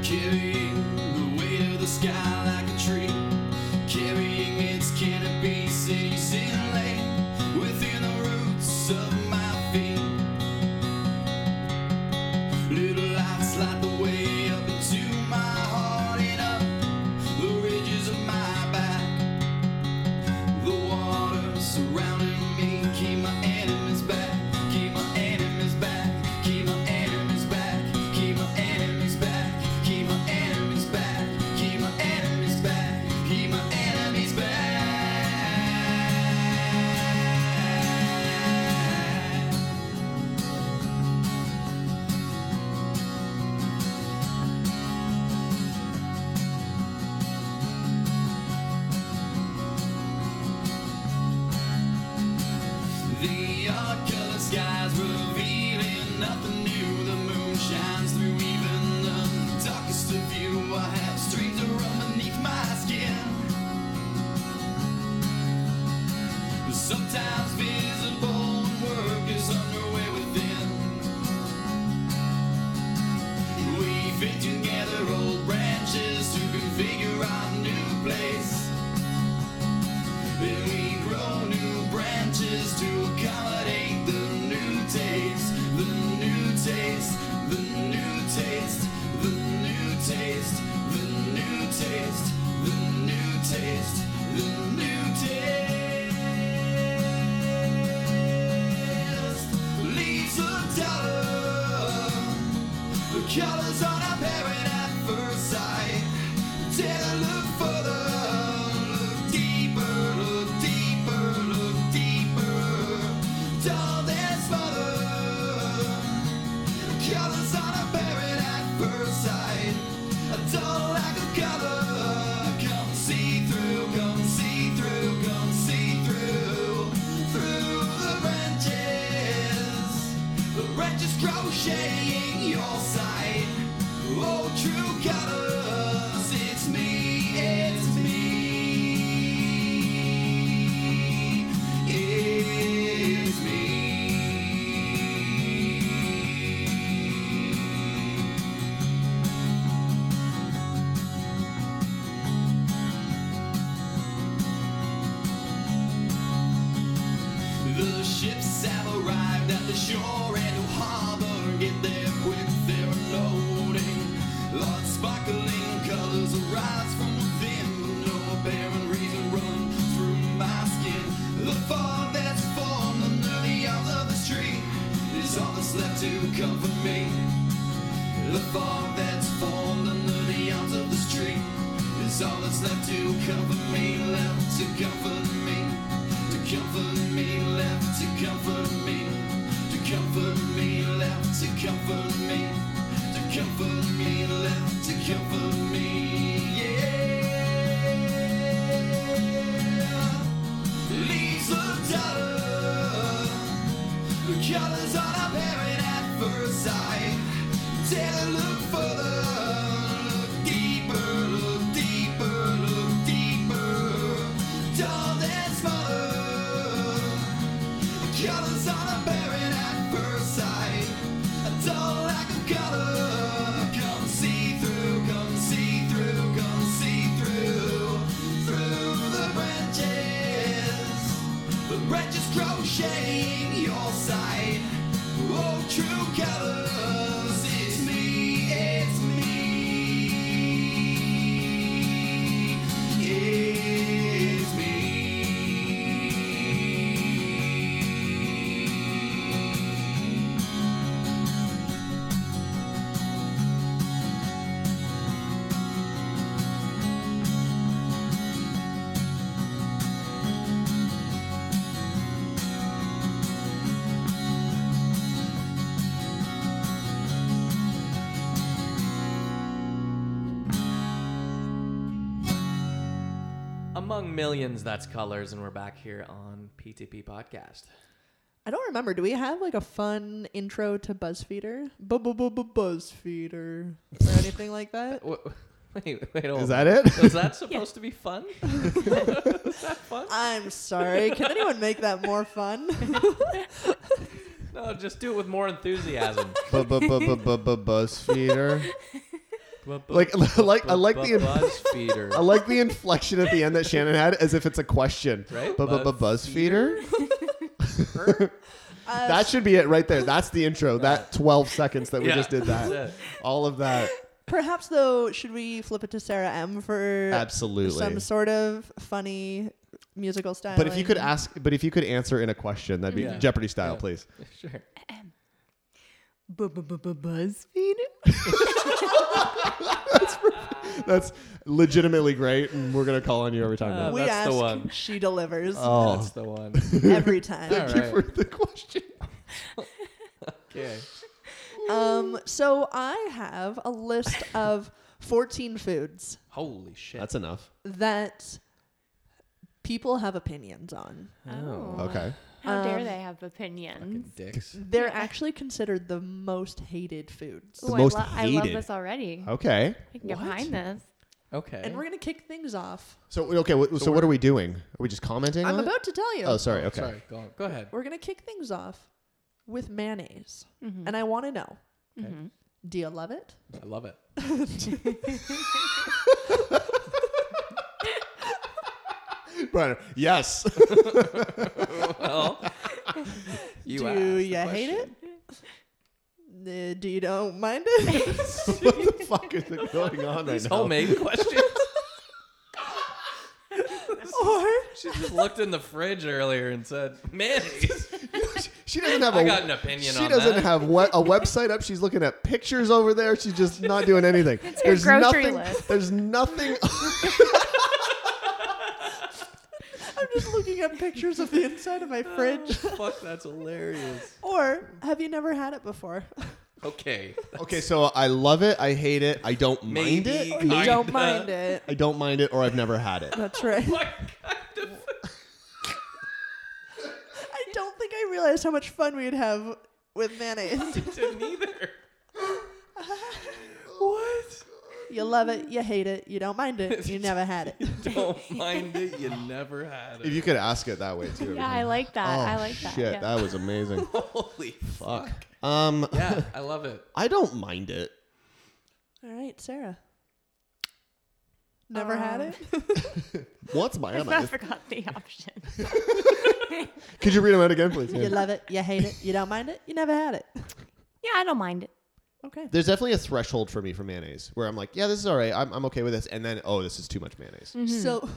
Speaker 6: Carrying the weight of the sky like a tree, carrying its canopy, cities in lay within the roots of my feet. Little lights light the way up into my heart and up the ridges of my back. The water surrounding me, keep my enemies back, keep my enemies back, keep my enemies back, keep my enemies back, keep my enemies back, keep my enemies back, keep my enemies back. The odd-colored skies revealing nothing new. The moon shines through even the darkest of you. I have streams that run beneath my skin. Sometimes visible and work is underway within. We fit together old branches to configure our new place. And we grow new branches to accommodate the new taste, the new taste, the new taste, the new taste, the new taste, the new taste, the new taste. Leaves of dollar. The colors on our parent at first sight. Dare to look further, look deeper, look deeper, look deeper. Dull there's further. Colors on our parent at first sight. A dull lack of color. Come see through, come see through, come see through. Through the branches. The branches crocheting your sight. Oh, true colors, it's me, it's me. It's me. The ships have arrived at the shore and the harbor. Get there quick, they're unloading. Large sparkling colors arise from within. but No apparent reason run through my skin. The fog that's formed under the arms of this tree is all that's left to comfort me. The fog that's formed under the arms of this tree is all that's left to comfort me, left to comfort me, to comfort me, left to comfort me, to comfort shading your sight. Oh, true colors, it's me, it's me. It's me.
Speaker 2: Among millions, that's colors, and we're back here on PTP podcast.
Speaker 3: I don't remember. Do we have like a fun intro to Buzzfeeder? Buzzfeeder or anything like that?
Speaker 2: Wait, wait, wait hold
Speaker 1: Is
Speaker 2: on.
Speaker 1: that it?
Speaker 2: Was that supposed to be fun? Is that fun?
Speaker 3: I'm sorry. Can anyone make that more fun?
Speaker 2: No, just do it with more enthusiasm.
Speaker 1: bu- bu- bu- bu- bu- bu- Buzzfeeder. Like, like I like the I
Speaker 2: Buzzfeeder.
Speaker 1: like the inflection at the end that Shannon had, as if it's a question.
Speaker 2: Right?
Speaker 1: Bu- bu- bu- Buzzfeeder.
Speaker 3: Uh,
Speaker 1: That should be it right there. That's the intro. That 12 seconds that we
Speaker 2: Yeah.
Speaker 1: just did that.
Speaker 2: That's it.
Speaker 1: All of that.
Speaker 3: perhaps though, should we flip it to Sarah M for
Speaker 1: Absolutely.
Speaker 3: some sort of funny musical style?
Speaker 1: But if you could ask, but if you could answer in a question, that'd be
Speaker 2: Yeah.
Speaker 1: Jeopardy style,
Speaker 2: Yeah.
Speaker 1: please.
Speaker 2: Sure.
Speaker 4: Buzzfeed.
Speaker 1: That's legitimately great, and we're gonna call on you every time.
Speaker 2: Uh,
Speaker 1: now.
Speaker 3: we
Speaker 2: that's
Speaker 3: ask,
Speaker 2: the one.
Speaker 3: she delivers
Speaker 1: oh,
Speaker 2: That's the one.
Speaker 3: every time.
Speaker 2: All
Speaker 1: thank you
Speaker 2: right.
Speaker 1: for the question.
Speaker 2: Okay.
Speaker 3: Um, so I have a list of 14 foods
Speaker 2: Holy shit.
Speaker 1: That's enough.
Speaker 3: that people have opinions on.
Speaker 2: Oh.
Speaker 1: Okay.
Speaker 4: How dare
Speaker 3: Um,
Speaker 4: they have opinions?
Speaker 2: Fucking dicks.
Speaker 3: They're actually considered the most hated foods.
Speaker 1: The
Speaker 4: Ooh,
Speaker 1: most
Speaker 4: I, I love
Speaker 1: hated.
Speaker 4: this already.
Speaker 1: Okay.
Speaker 4: I can get
Speaker 2: What?
Speaker 4: behind this.
Speaker 2: Okay.
Speaker 3: And we're going to kick things off.
Speaker 1: So okay. w- So, what are we doing? Are we just commenting?
Speaker 3: I'm
Speaker 1: on it?
Speaker 3: about to tell you.
Speaker 1: Oh, sorry. Okay.
Speaker 2: Sorry, go, go ahead.
Speaker 3: We're going to kick things off with mayonnaise.
Speaker 2: Hmm.
Speaker 4: Mm-hmm.
Speaker 3: And I want to know
Speaker 2: Okay.
Speaker 3: do you love it?
Speaker 2: I love it.
Speaker 1: Right. Yes.
Speaker 2: Well, you
Speaker 3: do
Speaker 2: asked the
Speaker 3: you hate
Speaker 2: question.
Speaker 3: it? Uh, do you don't mind it?
Speaker 1: what the fuck is going on right
Speaker 2: These
Speaker 1: now?
Speaker 2: homemade questions.
Speaker 3: or
Speaker 2: She just looked in the fridge earlier and said, "Mayonnaise."
Speaker 1: She doesn't have. a.
Speaker 2: I got an opinion
Speaker 1: She
Speaker 2: on
Speaker 1: doesn't
Speaker 2: that.
Speaker 1: have we- a website up. She's looking at pictures over there. She's just not doing anything.
Speaker 4: her
Speaker 1: there's
Speaker 4: grocery
Speaker 1: nothing.
Speaker 4: list.
Speaker 1: There's nothing.
Speaker 3: I'm just looking at pictures of the inside of my fridge.
Speaker 2: Fuck, that's hilarious.
Speaker 3: Or have you never had it before?
Speaker 2: Okay,
Speaker 1: okay, so I love it. I hate it. I don't mind
Speaker 2: Maybe.
Speaker 1: it.
Speaker 3: Or you don't
Speaker 2: Kinda.
Speaker 3: mind it.
Speaker 1: I don't mind it, or I've never had it.
Speaker 3: That's right.
Speaker 2: what kind of?
Speaker 3: I don't think I realized how much fun we'd have with mayonnaise.
Speaker 2: Didn't either.
Speaker 3: what? You love it, you hate it, you don't mind it, you never had it.
Speaker 2: Don't mind it. You never had
Speaker 1: If
Speaker 2: it.
Speaker 1: you could ask it that way too. Oh,
Speaker 4: Yeah, I like that. I like that.
Speaker 1: Shit,
Speaker 4: yeah.
Speaker 1: that was amazing.
Speaker 2: Holy fuck.
Speaker 1: Um,
Speaker 2: Yeah, I love it.
Speaker 1: I don't mind it.
Speaker 3: All right, Sarah.
Speaker 1: Uh,
Speaker 3: Never had
Speaker 4: Um,
Speaker 3: it?
Speaker 1: What's
Speaker 4: I
Speaker 1: my
Speaker 4: almost forgot the option.
Speaker 1: Could you read them out again, please?
Speaker 3: You love it, you hate it, you don't mind it, you never had it.
Speaker 4: Yeah, I don't mind it.
Speaker 3: Okay.
Speaker 1: There's definitely a threshold for me for mayonnaise where I'm like, yeah, this is all right. I'm, I'm okay with this. And then, oh, this is too much mayonnaise.
Speaker 4: Mm,
Speaker 3: So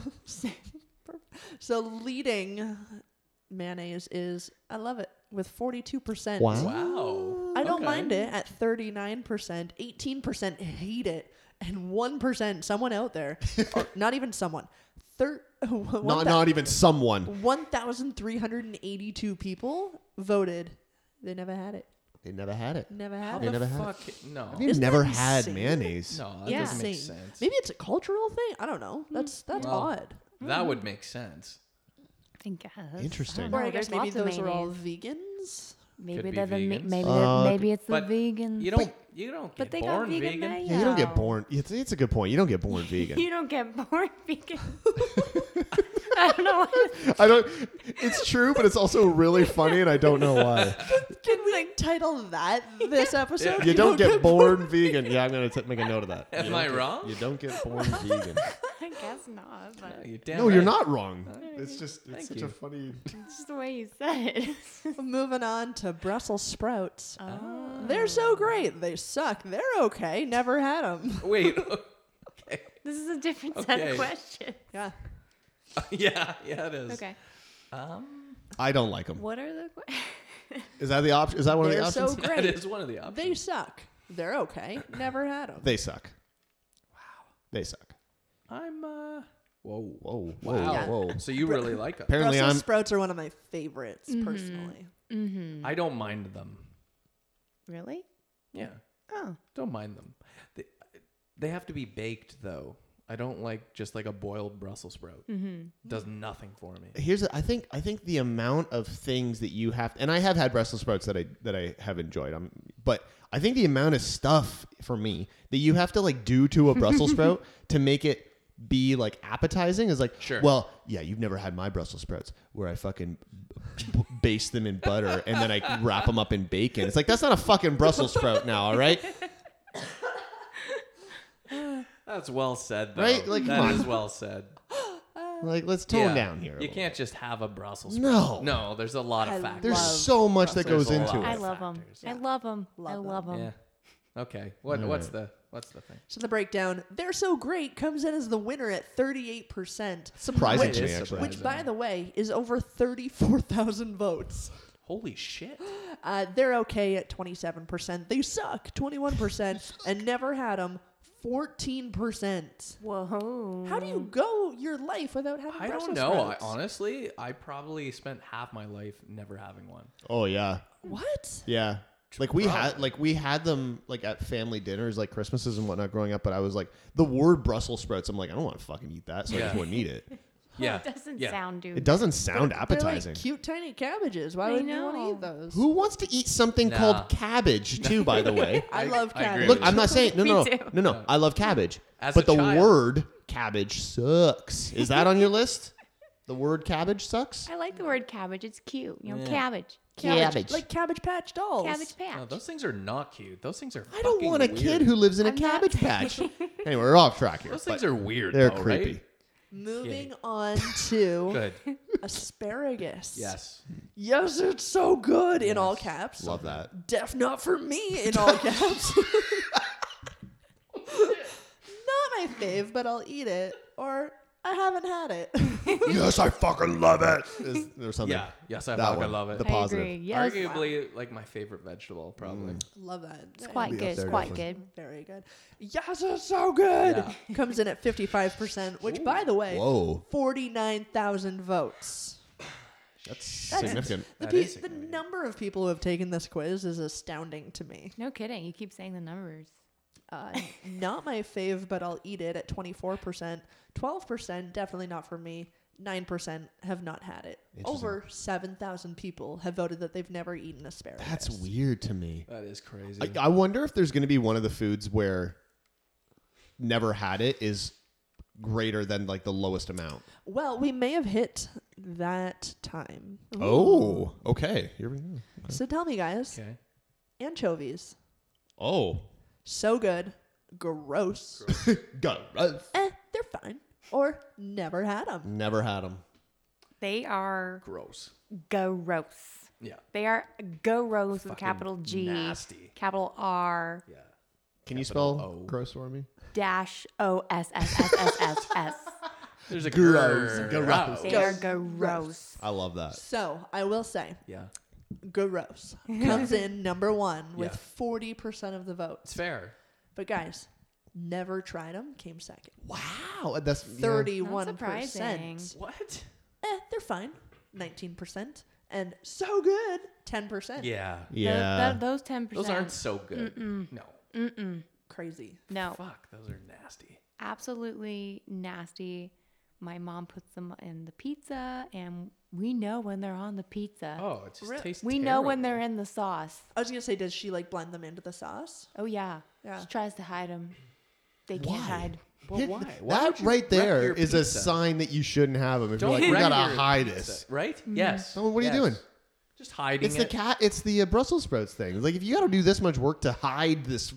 Speaker 3: so leading mayonnaise is I love it with 42%.
Speaker 1: Wow.
Speaker 2: Wow.
Speaker 3: I don't
Speaker 2: Okay.
Speaker 3: mind it at 39%, 18% hate it, and 1% someone out there, or not even someone, thir-
Speaker 1: Not, not even someone.
Speaker 3: 1,382 people voted they never had it.
Speaker 1: They never had it.
Speaker 3: Never
Speaker 2: How
Speaker 3: had
Speaker 1: They
Speaker 2: the
Speaker 3: it.
Speaker 1: never had
Speaker 2: fuck? No.
Speaker 1: I've
Speaker 3: Isn't
Speaker 1: never
Speaker 3: that
Speaker 1: had
Speaker 3: insane?
Speaker 1: mayonnaise.
Speaker 2: No, that
Speaker 4: Yeah.
Speaker 2: doesn't make
Speaker 3: Insane.
Speaker 2: sense.
Speaker 3: Maybe it's a cultural thing. I don't know. That's that's
Speaker 2: Well,
Speaker 3: odd.
Speaker 2: That would make sense.
Speaker 4: I guess.
Speaker 1: Interesting.
Speaker 4: I don't
Speaker 3: Or
Speaker 4: know,
Speaker 3: I guess
Speaker 4: there's
Speaker 3: maybe
Speaker 4: lots of
Speaker 3: those are all
Speaker 4: mayonnaise.
Speaker 3: vegans.
Speaker 4: Maybe
Speaker 2: Could be
Speaker 4: they're the me-
Speaker 2: vegans.
Speaker 4: maybe
Speaker 1: Uh,
Speaker 4: they're, maybe it's the
Speaker 2: but
Speaker 4: vegan.
Speaker 2: You don't. You don't get
Speaker 4: but they got
Speaker 2: born
Speaker 4: vegan,
Speaker 2: vegan.
Speaker 4: mayo.
Speaker 1: Yeah, you don't get born. It's, it's a good point. You don't get born vegan.
Speaker 4: You don't get born vegan. I don't know. Why.
Speaker 1: I don't. It's true, but it's also really funny, and I don't know why.
Speaker 3: Can we title that this episode?
Speaker 1: You don't get born vegan. Yeah, I'm gonna t- make a note of that. You
Speaker 2: Am
Speaker 1: don't
Speaker 2: I
Speaker 1: get-
Speaker 2: wrong?
Speaker 1: You don't get born vegan.
Speaker 4: I guess not, but
Speaker 2: you're damn
Speaker 1: no, you're
Speaker 2: right.
Speaker 1: not wrong. It's just it's
Speaker 2: Thank
Speaker 1: such
Speaker 2: you.
Speaker 1: a funny.
Speaker 4: it's just the way you said it.
Speaker 3: Moving on to Brussels sprouts.
Speaker 4: oh.
Speaker 3: They're so great. They suck. They're okay. Never had them.
Speaker 2: Wait.
Speaker 4: This is a different set
Speaker 2: Okay.
Speaker 4: of questions.
Speaker 3: Yeah.
Speaker 2: yeah, yeah, it is.
Speaker 4: Okay.
Speaker 2: Um,
Speaker 1: I don't like them.
Speaker 4: What are the questions?
Speaker 1: Is that the option? Is that one of
Speaker 3: They're
Speaker 1: the options?
Speaker 3: so
Speaker 2: that
Speaker 3: great.
Speaker 2: is one of the options.
Speaker 3: They suck. They're okay. Never had them.
Speaker 1: They suck. Wow. They suck.
Speaker 2: I'm uh. Whoa.
Speaker 1: Whoa, whoa,
Speaker 2: Wow.
Speaker 1: whoa.
Speaker 2: So you really like them?
Speaker 1: Apparently,
Speaker 3: Brussels
Speaker 1: I'm
Speaker 3: sprouts are one of my favorites, personally.
Speaker 2: I don't mind them.
Speaker 4: Really?
Speaker 2: Yeah,
Speaker 4: Oh.
Speaker 2: don't mind them. They, they have to be baked though. I don't like just like a boiled Brussels sprout.
Speaker 1: Mm-hmm.
Speaker 2: Does nothing for me.
Speaker 1: here's the- I think I think the amount of things that you have and I have had Brussels sprouts that I that I have enjoyed. Um, but I think the amount of stuff for me that you have to like do to a Brussels sprout to make it be like appetizing is like
Speaker 2: Sure.
Speaker 1: Well, yeah, you've never had my Brussels sprouts where I fucking b- b- baste them in butter and then I wrap them up in bacon. It's like that's not a fucking Brussels sprout now, all right?
Speaker 2: That's well said, though.
Speaker 1: Right? Like,
Speaker 2: that
Speaker 1: come on.
Speaker 2: is well said.
Speaker 1: Like let's tone
Speaker 2: Yeah.
Speaker 1: down here. a
Speaker 2: You
Speaker 1: little.
Speaker 2: can't just have a Brussels
Speaker 1: No.
Speaker 2: sprout. No, there's a lot
Speaker 3: I
Speaker 2: of factors.
Speaker 1: There's
Speaker 3: love
Speaker 1: so much that goes
Speaker 2: Brussels
Speaker 1: into
Speaker 2: sprouts. There's a
Speaker 1: it.
Speaker 4: I
Speaker 2: lot.
Speaker 4: love them.
Speaker 2: Factors,
Speaker 4: I love them. I
Speaker 3: Love 'em.
Speaker 4: love them.
Speaker 2: Yeah. Okay. What what's the what's the thing?
Speaker 3: So the breakdown, they're so great, comes in as the winner at 38%,
Speaker 1: Surprising
Speaker 2: Wait,
Speaker 1: to me,
Speaker 2: it's
Speaker 1: actually.
Speaker 2: surprising.
Speaker 3: which, by the way, is over 34,000 votes.
Speaker 2: Holy shit.
Speaker 3: Uh, they're okay at 27%. They suck, 21%, and never had them, 14%.
Speaker 4: Whoa.
Speaker 3: How do you go your life without having
Speaker 2: Mm. I don't
Speaker 3: Brussels
Speaker 2: know. I,
Speaker 3: sprouts?
Speaker 2: honestly, I probably spent half my life never having one.
Speaker 1: Oh yeah.
Speaker 3: What?
Speaker 1: Yeah. Like we had
Speaker 2: Probably.
Speaker 1: like we had them like at family dinners, like Christmases and whatnot growing up, but I was like the word Brussels sprouts, I'm like, I don't want to fucking eat that, so I just
Speaker 2: Yeah.
Speaker 1: wouldn't eat it.
Speaker 2: Yeah.
Speaker 4: It doesn't
Speaker 2: yeah.
Speaker 4: sound dude.
Speaker 1: It doesn't sound
Speaker 3: They're
Speaker 1: appetizing.
Speaker 3: like cute tiny cabbages. Why
Speaker 4: I
Speaker 3: would you want to
Speaker 4: know.
Speaker 3: eat those?
Speaker 1: Who wants to eat something
Speaker 2: Nah.
Speaker 1: called cabbage too, by the way?
Speaker 3: I, love
Speaker 2: I agree
Speaker 3: cabbage.
Speaker 2: with
Speaker 1: Look,
Speaker 2: you.
Speaker 1: I'm not saying no
Speaker 4: Me
Speaker 1: no
Speaker 4: too.
Speaker 1: no no, no. I love cabbage.
Speaker 2: As
Speaker 1: but
Speaker 2: a
Speaker 1: the
Speaker 2: child.
Speaker 1: word cabbage sucks. Is that on your list? The word cabbage sucks?
Speaker 4: I like the word cabbage. It's cute. You know,
Speaker 2: Yeah.
Speaker 4: cabbage.
Speaker 1: Cabbage.
Speaker 3: Like Cabbage Patch dolls.
Speaker 4: Cabbage patch.
Speaker 2: No, those things are not cute. Those things are
Speaker 1: I don't
Speaker 2: fucking
Speaker 1: want a
Speaker 2: weird.
Speaker 1: kid who lives in a
Speaker 4: I'm not-
Speaker 1: cabbage patch. anyway, we're off track here.
Speaker 2: Those
Speaker 1: but
Speaker 2: things are weird.
Speaker 1: they're
Speaker 2: though,
Speaker 1: creepy.
Speaker 2: Right?
Speaker 3: Moving on to
Speaker 2: Good.
Speaker 3: asparagus.
Speaker 2: Yes.
Speaker 3: Yes, it's so good in all caps.
Speaker 1: Love that.
Speaker 3: Def not for me in all caps.
Speaker 2: Oh,
Speaker 3: not my fave, but I'll eat it. Or I haven't had it.
Speaker 1: yes, I fucking love it. Is, or something.
Speaker 2: Yeah. Yes, I
Speaker 1: That
Speaker 2: fucking
Speaker 1: one.
Speaker 2: love it.
Speaker 1: The
Speaker 4: I
Speaker 1: positive.
Speaker 4: agree. Yes.
Speaker 2: Arguably, like my favorite vegetable, probably.
Speaker 3: Love that.
Speaker 4: It's quite
Speaker 1: It'll be up
Speaker 4: good. It's
Speaker 1: there,
Speaker 4: quite
Speaker 1: definitely.
Speaker 4: good.
Speaker 3: Very good. Yes, it's so good.
Speaker 2: Yeah.
Speaker 3: Comes in at 55%, which, by the way,
Speaker 1: Whoa.
Speaker 3: 49,000 votes.
Speaker 1: That's,
Speaker 3: That's-
Speaker 1: significant.
Speaker 3: The,
Speaker 2: That
Speaker 3: pe-
Speaker 2: is
Speaker 3: the
Speaker 2: significant.
Speaker 3: number of people who have taken this quiz is astounding to me.
Speaker 4: No kidding. You keep saying the numbers.
Speaker 3: Uh, not my fave, but I'll eat it at 24%. 12% definitely not for me. 9% have not had it. Over 7,000 people have voted that they've never eaten asparagus.
Speaker 1: That's weird to me.
Speaker 2: That is crazy.
Speaker 1: I, I wonder if there's going to be one of the foods where never had it is greater than like the lowest amount.
Speaker 3: Well, we may have hit that time.
Speaker 1: Oh, okay. Here we go.
Speaker 3: So tell me, guys
Speaker 2: okay.
Speaker 3: anchovies.
Speaker 1: Oh,
Speaker 3: So good. Gross.
Speaker 1: go. Uh,
Speaker 3: Eh, they're fine. Or never had them.
Speaker 1: never had them.
Speaker 4: They are
Speaker 2: Gross.
Speaker 4: gross.
Speaker 2: Yeah.
Speaker 4: They are gross with capital G,
Speaker 2: nasty.
Speaker 4: capital R,
Speaker 2: Yeah.
Speaker 1: Can you spell
Speaker 2: O.
Speaker 1: gross for me?
Speaker 4: dash O S S S S S S.
Speaker 2: There's a
Speaker 1: Gross.
Speaker 2: grrr.
Speaker 1: Gross.
Speaker 4: They are gross.
Speaker 1: I love that.
Speaker 3: So I will say,
Speaker 2: Yeah.
Speaker 3: gross comes in number one with
Speaker 2: Yeah.
Speaker 3: 40% of the votes.
Speaker 2: It's fair.
Speaker 3: But guys, never tried them came second.
Speaker 1: Wow, that's yeah.
Speaker 3: Thirty-one
Speaker 4: surprising.
Speaker 3: percent.
Speaker 2: What?
Speaker 3: Eh, they're fine. Nineteen percent, and so good. Ten percent.
Speaker 2: Yeah.
Speaker 4: Tho- tho-
Speaker 1: Yeah.
Speaker 4: those ten percent.
Speaker 2: Those aren't so good. No.
Speaker 3: Crazy.
Speaker 4: no,
Speaker 2: Fuck. Those are nasty.
Speaker 4: absolutely nasty. My mom puts them in the pizza, and we know when they're on the pizza.
Speaker 2: Oh, it just tastes.
Speaker 4: we know when
Speaker 2: terrible.
Speaker 4: they're in the sauce.
Speaker 3: I was gonna say, does she like blend them into the sauce?
Speaker 4: Oh yeah,
Speaker 3: Yeah.
Speaker 4: she tries to hide them. They can't hide.
Speaker 2: But why? Why would
Speaker 1: that
Speaker 2: you
Speaker 1: right
Speaker 2: wreck
Speaker 1: there
Speaker 2: your
Speaker 1: is a
Speaker 2: pizza?
Speaker 1: sign that you shouldn't have them. If
Speaker 2: Don't
Speaker 1: you're like, we
Speaker 2: wreck
Speaker 1: gotta
Speaker 2: your
Speaker 1: hide
Speaker 2: pizza,
Speaker 1: this.
Speaker 2: right?
Speaker 4: Mm.
Speaker 2: Yes.
Speaker 1: Someone, what are you
Speaker 2: Yes.
Speaker 1: doing?
Speaker 2: Just hiding
Speaker 1: It's
Speaker 2: it.
Speaker 1: the cat. It's the uh, Brussels sprouts thing. Like if you got to do this much work to hide this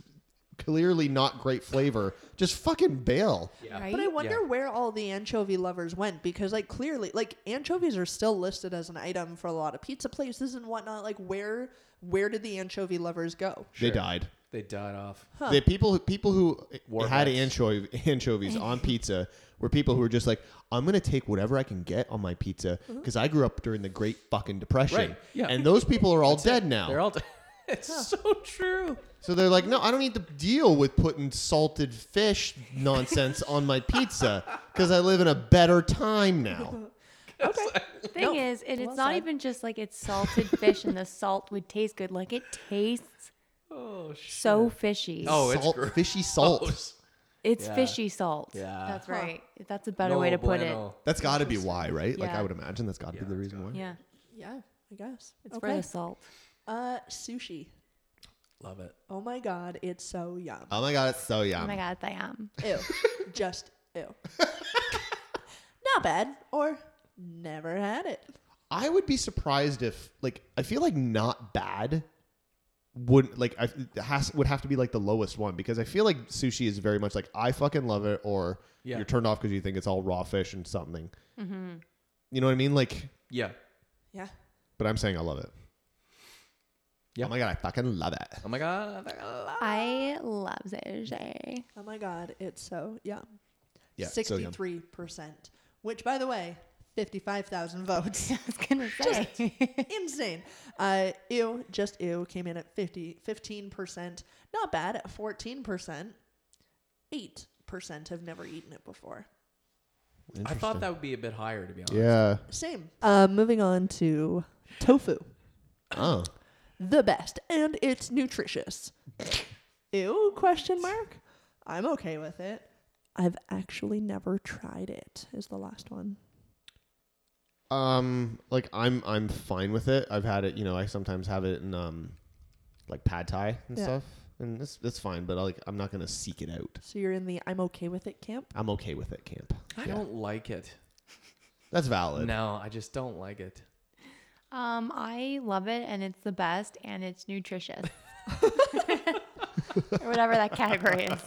Speaker 1: clearly not great flavor, just fucking bail.
Speaker 4: Right?
Speaker 3: But I wonder where all the anchovy lovers went because, like, clearly, like anchovies are still listed as an item for a lot of pizza places and whatnot. Like, where where did the anchovy lovers go?
Speaker 1: They died.
Speaker 2: They died off.
Speaker 1: The people who people who
Speaker 2: War
Speaker 1: had
Speaker 2: vets.
Speaker 1: anchov- anchovies on pizza were people who were just like, I'm gonna take whatever I can get on my pizza because I grew up during the Great fucking Depression,
Speaker 2: Right, yeah.
Speaker 1: and those people are all dead now.
Speaker 2: They're all. it's so true.
Speaker 1: so they're like, no, I don't need to deal with putting salted fish nonsense on my pizza because I live in a better time now.
Speaker 4: Thing is, and it's
Speaker 3: Well
Speaker 4: not
Speaker 3: said.
Speaker 4: even just like it's salted fish and the salt would taste good. Like it tastes
Speaker 2: Oh shit.
Speaker 4: so fishy.
Speaker 2: Oh, it's
Speaker 1: salt,
Speaker 2: gross.
Speaker 1: fishy salt.
Speaker 4: it's
Speaker 2: yeah.
Speaker 4: fishy salt.
Speaker 2: Yeah.
Speaker 4: that's
Speaker 2: Huh.
Speaker 4: right. That's a better way to put it.
Speaker 1: That's got to be why, right? Like
Speaker 4: Yeah.
Speaker 1: I would imagine that's got to be the reason why.
Speaker 4: Yeah,
Speaker 3: Yeah, I guess
Speaker 4: it's for the salt.
Speaker 3: Uh, sushi.
Speaker 2: Love it.
Speaker 3: Oh my god, it's so yum.
Speaker 1: Oh my god, it's so yum.
Speaker 2: Um,
Speaker 4: Oh my god, I am.
Speaker 3: Ew, just ew. Not bad, or never had it.
Speaker 1: I would be surprised if like I feel like not bad would like I it has would have to be like the lowest one because I feel like sushi is very much like I fucking love it or
Speaker 2: Yeah.
Speaker 1: you're turned off because you think it's all raw fish and something.
Speaker 4: Mm-hmm.
Speaker 1: You know what I mean? Like,
Speaker 2: Yeah.
Speaker 3: Yeah.
Speaker 1: but I'm saying I love it.
Speaker 2: Yeah.
Speaker 1: Oh my god, I fucking love it.
Speaker 2: Oh my god. I love it.
Speaker 4: I love sushi.
Speaker 3: Oh my god, it's so yum.
Speaker 1: Yeah. So yum.
Speaker 3: Sixty-three percent, which, by the way, fifty-five thousand votes.
Speaker 4: I was gonna say.
Speaker 3: insane. Uh, ew, just ew, came in at 50, 15%. Not bad at 14%. 8% have never eaten it before.
Speaker 2: I thought that would be a bit higher, to be honest.
Speaker 1: Yeah.
Speaker 3: Same. Uh, moving on to tofu.
Speaker 1: Oh.
Speaker 3: The best, and it's nutritious. ew, question mark. I'm okay with it. I've actually never tried it, is the last one.
Speaker 1: Um, like I'm I'm fine with it. I've had it, you know, I sometimes have it in um like pad thai and
Speaker 3: Yeah.
Speaker 1: stuff. And it's that's fine, but I like I'm not gonna seek it out.
Speaker 3: So you're in the I'm okay with it camp?
Speaker 1: I'm okay with it, camp.
Speaker 2: I
Speaker 1: Yeah.
Speaker 2: don't like it.
Speaker 1: That's valid.
Speaker 2: No, I just don't like it.
Speaker 4: Um, I love it and it's the best and it's nutritious. or whatever that category is.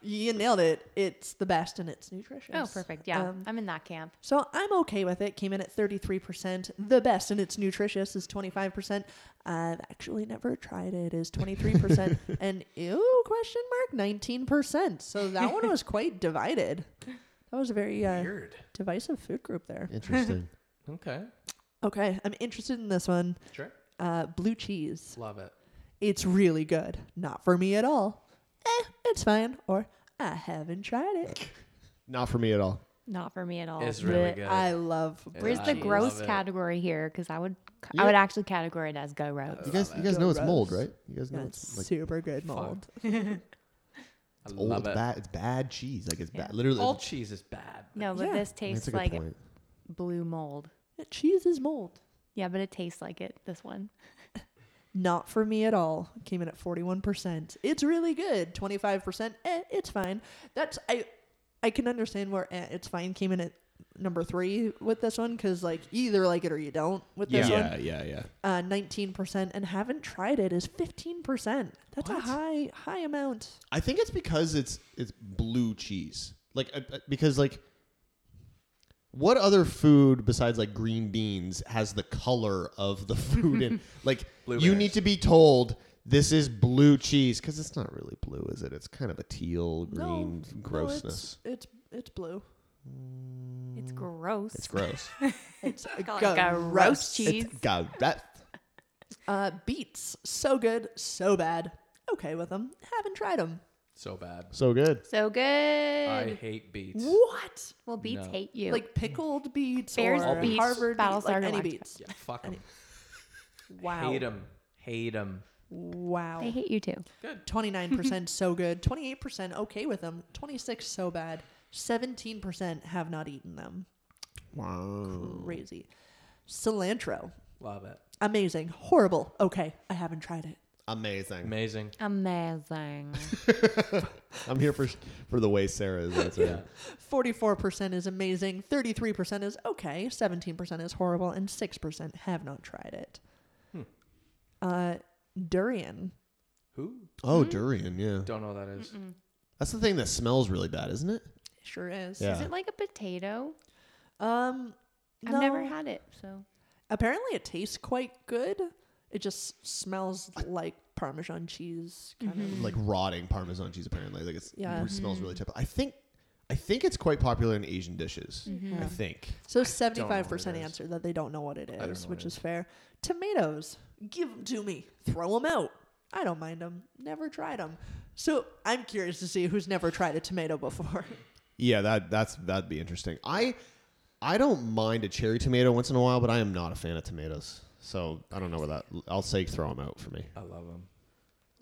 Speaker 3: You nailed it. It's the best and it's nutritious.
Speaker 4: Oh, perfect. Yeah.
Speaker 3: Um,
Speaker 4: I'm in that camp.
Speaker 3: So I'm okay with it. Came in at 33%. The best and it's nutritious is 25%. I've actually never tried it is 23%. and ew question mark 19%. So that one was quite divided. That was a very uh,
Speaker 2: Weird.
Speaker 3: divisive food group there.
Speaker 1: Interesting.
Speaker 2: Okay.
Speaker 3: Okay, I'm interested in this one.
Speaker 2: Sure.
Speaker 3: Uh, blue cheese.
Speaker 2: Love it.
Speaker 3: It's really good. Not for me at all. Eh, it's fine. Or I haven't tried it.
Speaker 1: Not for me at all.
Speaker 4: Not for me at all.
Speaker 2: It's really
Speaker 4: Blech.
Speaker 2: good.
Speaker 3: I love blue
Speaker 4: Where's
Speaker 2: I
Speaker 4: the
Speaker 2: love
Speaker 4: gross
Speaker 2: it.
Speaker 4: category here? Because I would,
Speaker 1: Yeah. Uh,
Speaker 4: I would actually categorize it as go roast.
Speaker 1: You guys, you guys know it's mold, right? You guys know
Speaker 3: That's
Speaker 1: it's like
Speaker 3: super good mold.
Speaker 2: I
Speaker 1: old,
Speaker 2: love
Speaker 1: it's
Speaker 2: it.
Speaker 1: bad. It's bad cheese. Like it's
Speaker 4: Yeah.
Speaker 1: bad. Literally,
Speaker 2: All cheese is bad.
Speaker 4: No, but
Speaker 3: Yeah.
Speaker 1: I
Speaker 4: this
Speaker 1: mean,
Speaker 4: tastes
Speaker 1: that's a good
Speaker 4: like
Speaker 1: point.
Speaker 4: blue mold.
Speaker 3: Eh, Cheese is mold.
Speaker 4: Yeah, but it tastes like it. This one.
Speaker 3: Not for me at all. Came in at 41%. It's really good. 25%. Eh, it's fine. That's I I can understand where eh, it's fine came in at number 3 with this one cuz like either like it or you don't with this one.
Speaker 1: Yeah, yeah, yeah.
Speaker 3: Uh 19% and haven't tried it is 15%. That's a
Speaker 2: What?
Speaker 3: high high amount.
Speaker 1: I think it's because it's it's blue cheese. Like uh, uh, because like what other food besides like green beans has the color of the food in? Like you
Speaker 2: Blueberries.
Speaker 1: need to be told this is blue cheese because it's not really blue, is it? It's kind of a teal green
Speaker 3: no,
Speaker 1: grossness.
Speaker 3: it's, it's it's blue.
Speaker 4: It's gross.
Speaker 1: it's gross.
Speaker 3: It's
Speaker 4: Call it go roast cheese.
Speaker 1: It's got that.
Speaker 3: Uh beets. So good, so bad. Okay with them. Haven't tried them.
Speaker 2: So bad.
Speaker 1: So good.
Speaker 4: so good.
Speaker 2: I hate beets.
Speaker 3: What?
Speaker 4: well, beets
Speaker 2: No.
Speaker 4: hate you.
Speaker 3: like pickled beets
Speaker 4: Bears
Speaker 3: or
Speaker 4: beets,
Speaker 3: Harvard beets,
Speaker 4: Battlestar
Speaker 3: like any
Speaker 4: Galactica.
Speaker 3: beets.
Speaker 2: Yeah, fuck them.
Speaker 3: Wow.
Speaker 2: Hate them. Hate them.
Speaker 4: they
Speaker 3: Wow.
Speaker 4: hate you too.
Speaker 3: Twenty nine percent so good. Twenty eight percent okay with them. Twenty six so bad. Seventeen percent have not eaten them.
Speaker 1: Wow.
Speaker 3: Crazy. Cilantro.
Speaker 2: Love it.
Speaker 3: Amazing. Horrible. Okay. I haven't tried it.
Speaker 1: Amazing.
Speaker 2: Amazing.
Speaker 4: Amazing.
Speaker 1: I'm here for for the way Sarah is. That's right.
Speaker 3: Forty four percent is amazing. Thirty three percent is okay. Seventeen percent is horrible, and six percent have not tried it. Uh, durian.
Speaker 2: Who?
Speaker 1: Oh, durian. Yeah,
Speaker 2: Don't know what that is.
Speaker 1: that's the thing that smells really bad, isn't it?
Speaker 3: Sure is.
Speaker 1: Yeah.
Speaker 4: Is it like a potato?
Speaker 3: Um,
Speaker 4: I've never
Speaker 3: no.
Speaker 4: had it, so
Speaker 3: Apparently, it tastes quite good. It just smells like Parmesan cheese. Kind of.
Speaker 1: Like rotting Parmesan cheese. Apparently, like it's,
Speaker 3: Yeah.
Speaker 1: it smells
Speaker 2: Mm.
Speaker 1: really terrible. I think, I think it's quite popular in Asian dishes. I think.
Speaker 3: So seventy-five percent
Speaker 2: it is.
Speaker 3: answer that they don't know what it
Speaker 2: know
Speaker 3: is,
Speaker 2: what
Speaker 3: which
Speaker 2: it
Speaker 3: is fair. Tomatoes, give them to me. Throw them out. I don't mind them. Never tried them. So I'm curious to see who's never tried a tomato before.
Speaker 1: Yeah, that that's that'd be interesting. I I don't mind a cherry tomato once in a while, but I am not a fan of tomatoes. So I don't know where that. I'll say throw them out for me.
Speaker 2: I love them.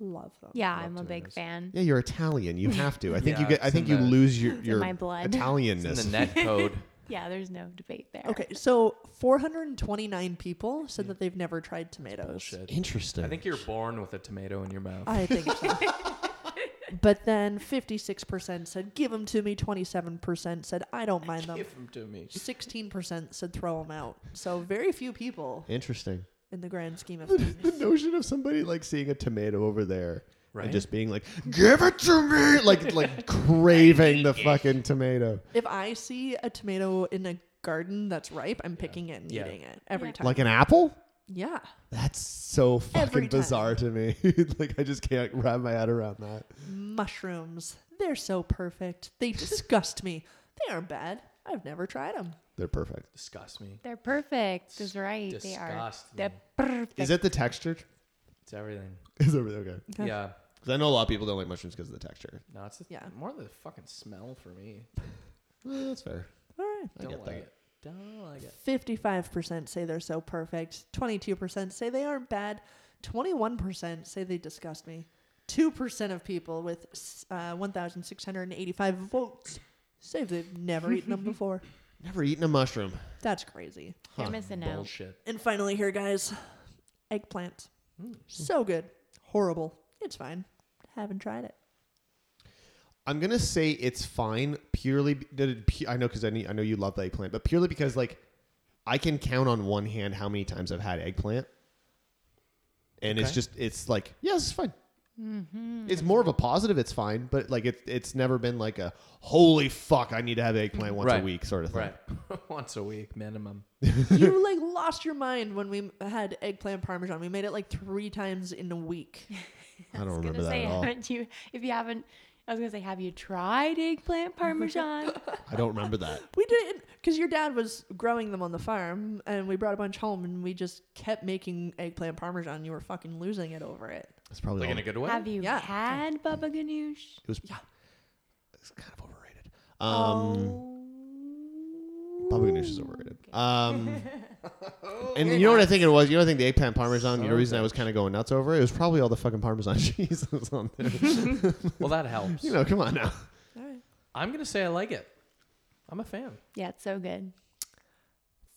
Speaker 3: Love them.
Speaker 4: yeah,
Speaker 2: Love
Speaker 4: I'm a big
Speaker 2: tomatoes.
Speaker 4: fan.
Speaker 1: Yeah, you're Italian. You have to. I think you
Speaker 2: Yeah,
Speaker 1: get. I
Speaker 2: it's
Speaker 1: think
Speaker 2: in
Speaker 1: you
Speaker 2: the-
Speaker 1: lose your your
Speaker 4: my blood.
Speaker 1: Italianness.
Speaker 2: It's in the net code.
Speaker 4: Yeah, there's no debate there.
Speaker 3: Okay, so 429 people said that they've never tried tomatoes.
Speaker 2: Bullshit.
Speaker 1: Interesting.
Speaker 2: I think you're born with a tomato in your mouth.
Speaker 3: I think so. but then 56% said give them to me, 27% said I don't mind them.
Speaker 2: Give
Speaker 4: Um,
Speaker 2: them to me.
Speaker 3: 16% said throw them out. So very few people
Speaker 1: interesting.
Speaker 3: in the grand scheme of
Speaker 1: The,
Speaker 3: things.
Speaker 1: the notion of somebody like seeing a tomato over there
Speaker 2: Right?
Speaker 1: and just being like, "Give it to me!" like like craving the fucking tomato.
Speaker 3: If I see a tomato in a garden that's ripe, I'm picking it and
Speaker 2: Yeah.
Speaker 3: eating it every
Speaker 4: Yeah.
Speaker 3: time.
Speaker 1: Like an apple.
Speaker 3: yeah.
Speaker 1: That's so
Speaker 3: Every
Speaker 1: fucking
Speaker 3: time.
Speaker 1: bizarre to me. like I just can't wrap my head around that.
Speaker 3: Mushrooms. They're so perfect. They disgust me. They aren't bad. I've never tried them.
Speaker 1: They're perfect.
Speaker 2: Disgust me.
Speaker 4: They're perfect. Is right. They are.
Speaker 2: Disgust me.
Speaker 4: They're perfect.
Speaker 1: Is it the texture?
Speaker 2: It's everything.
Speaker 1: Is it really okay?
Speaker 3: Yeah.
Speaker 2: Yeah.
Speaker 1: Because I know a lot of people don't like mushrooms because of the texture.
Speaker 2: No, it's the,
Speaker 3: Yeah.
Speaker 2: more the fucking smell for me.
Speaker 1: Eh, that's fair.
Speaker 3: All right.
Speaker 1: I
Speaker 2: Don't
Speaker 1: get
Speaker 2: like
Speaker 1: that.
Speaker 2: it. Don't like it.
Speaker 3: 55% say they're so perfect. 22% say they aren't bad. 21% say they disgust me. 2% of people with uh, 1,685 votes say they've never eaten them before.
Speaker 1: Never eaten a mushroom.
Speaker 3: That's crazy.
Speaker 4: You're missing out.
Speaker 2: Bullshit.
Speaker 3: And finally, here, guys eggplant. So good. Horrible. It's fine. Haven't tried it.
Speaker 1: I'm gonna say it's fine purely. b- that it pu- I know because I need, I know you love the eggplant, but purely because like I can count on one hand how many times I've had eggplant, and it's
Speaker 2: Okay. Mm-hmm.
Speaker 1: just it's like yeah, it's fine. It's more of a positive. It's fine, but like it's it's never been like a holy fuck. I need to have eggplant once
Speaker 2: Right.
Speaker 1: a week sort of thing.
Speaker 2: Right. Once a week minimum.
Speaker 3: you like lost your mind when we had eggplant parmesan. We made it like three times in a week.
Speaker 1: I don't
Speaker 4: I was
Speaker 1: remember
Speaker 4: gonna
Speaker 1: that
Speaker 4: say,
Speaker 1: at all.
Speaker 4: haven't you? If you haven't, I was gonna say, have you tried eggplant parmesan?
Speaker 1: I don't remember that.
Speaker 3: We did it because your dad was growing them on the farm, and we brought a bunch home, and we just kept making eggplant parmesan. and You were fucking losing it over it.
Speaker 1: It's probably
Speaker 2: Like
Speaker 1: all-
Speaker 2: in a good way?
Speaker 4: have you
Speaker 3: Yeah.
Speaker 4: had baba ganoush?
Speaker 1: It was It's kind of overrated.
Speaker 4: Oh.
Speaker 1: Um, Baba Ganoush is overrated. Um, and you know what I think it was? You know, I think the eggplant parmesan. you know, the reason I was kind of going nuts over it, it was probably all the fucking parmesan cheese that was on there.
Speaker 2: Well, that helps.
Speaker 1: you know, come on now.
Speaker 3: All right.
Speaker 2: I'm going to say I like it. I'm a fan.
Speaker 4: Yeah, it's so good.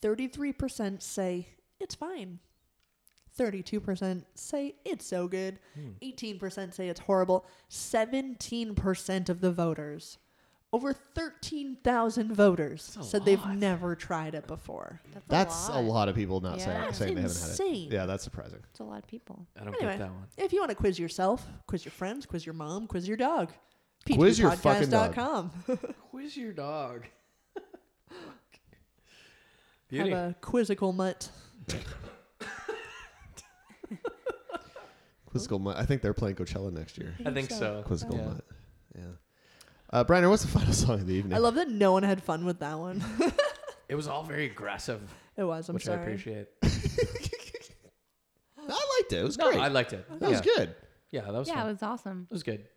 Speaker 3: Thirty-three percent say it's fine. Thirty-two percent say it's so good.
Speaker 1: Hmm.
Speaker 3: Eighteen percent say it's horrible. Seventeen percent of the voters, over thirteen thousand voters, said they've never tried it before.
Speaker 4: That's,
Speaker 1: That's
Speaker 4: a,
Speaker 1: a
Speaker 4: lot.
Speaker 1: lot of people not saying
Speaker 4: Yeah.
Speaker 1: saying they haven't had it.
Speaker 3: Insane.
Speaker 1: Yeah, that's surprising.
Speaker 4: It's a lot of people.
Speaker 2: I don't
Speaker 3: Anyway.
Speaker 2: get that one.
Speaker 3: If you want to quiz yourself, quiz your friends, quiz your mom, quiz your dog.
Speaker 1: Quiz your fucking dog.
Speaker 3: PTPodcast.com.
Speaker 2: Quiz your dog.
Speaker 3: Have
Speaker 2: Beauty.
Speaker 3: a quizzical mutt.
Speaker 1: Quizzical Mutt. I think they're playing Coachella next year.
Speaker 2: I think so.
Speaker 1: Quizzical
Speaker 2: Yeah.
Speaker 1: Mutt. Yeah. Uh, Brian, what's the final song of the evening?
Speaker 3: I love that no one had fun with that one.
Speaker 2: It was all very aggressive,
Speaker 3: it was. I'm
Speaker 2: which
Speaker 3: sorry.
Speaker 2: I appreciate.
Speaker 1: I liked it. It was
Speaker 2: No,
Speaker 1: great.
Speaker 2: I liked it.
Speaker 1: that was
Speaker 2: yeah.
Speaker 1: good.
Speaker 2: Yeah, that was
Speaker 4: yeah,
Speaker 2: fun.
Speaker 4: it was awesome.
Speaker 2: It was good.
Speaker 1: It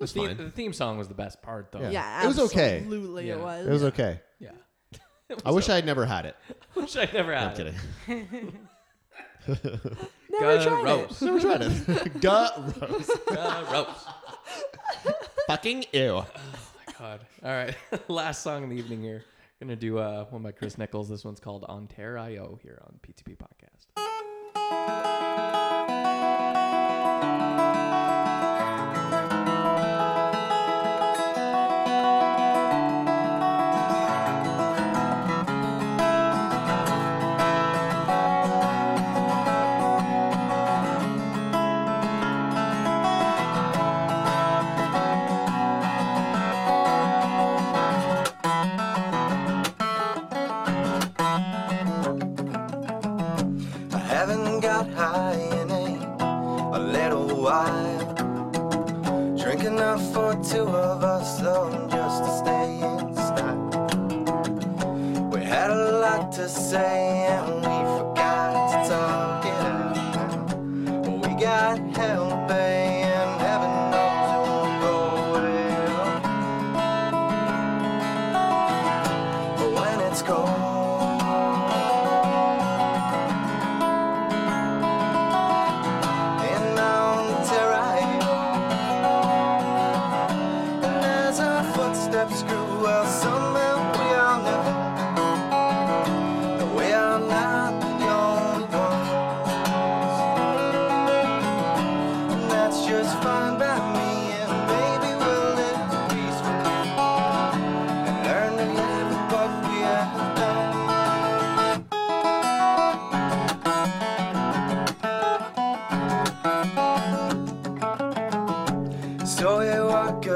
Speaker 1: was
Speaker 2: the, theme,
Speaker 1: fine.
Speaker 2: the theme song was the best part, though.
Speaker 1: Yeah.
Speaker 3: Yeah,
Speaker 1: It was okay.
Speaker 3: Absolutely,
Speaker 2: Yeah.
Speaker 3: it was.
Speaker 1: It was okay.
Speaker 2: Yeah.
Speaker 1: I wish I had never had it.
Speaker 2: Wish I never had
Speaker 1: I'm kidding.
Speaker 3: Never
Speaker 2: Got a
Speaker 3: tried it.
Speaker 2: roast.
Speaker 1: Never tried it. Gut roast.
Speaker 2: Got a roast.
Speaker 1: Fucking ew.
Speaker 2: God. All right. Last song of the evening here. Gonna do uh, one by Chris Nichols. This one's called Ontario here on PTP Podcast.
Speaker 7: out high in a, a little while. Drink enough for two of us, though, just to stay in style. We had a lot to say and we forgot to talk it out. We got hell, babe, and heaven knows it won't go well. But when it's cold. And on the terrain, and as our footsteps grew, well, somehow we all knew that we are not the only ones. And that's just fine by me, and maybe we'll live peacefully and learn to live with what we have done. So we walk a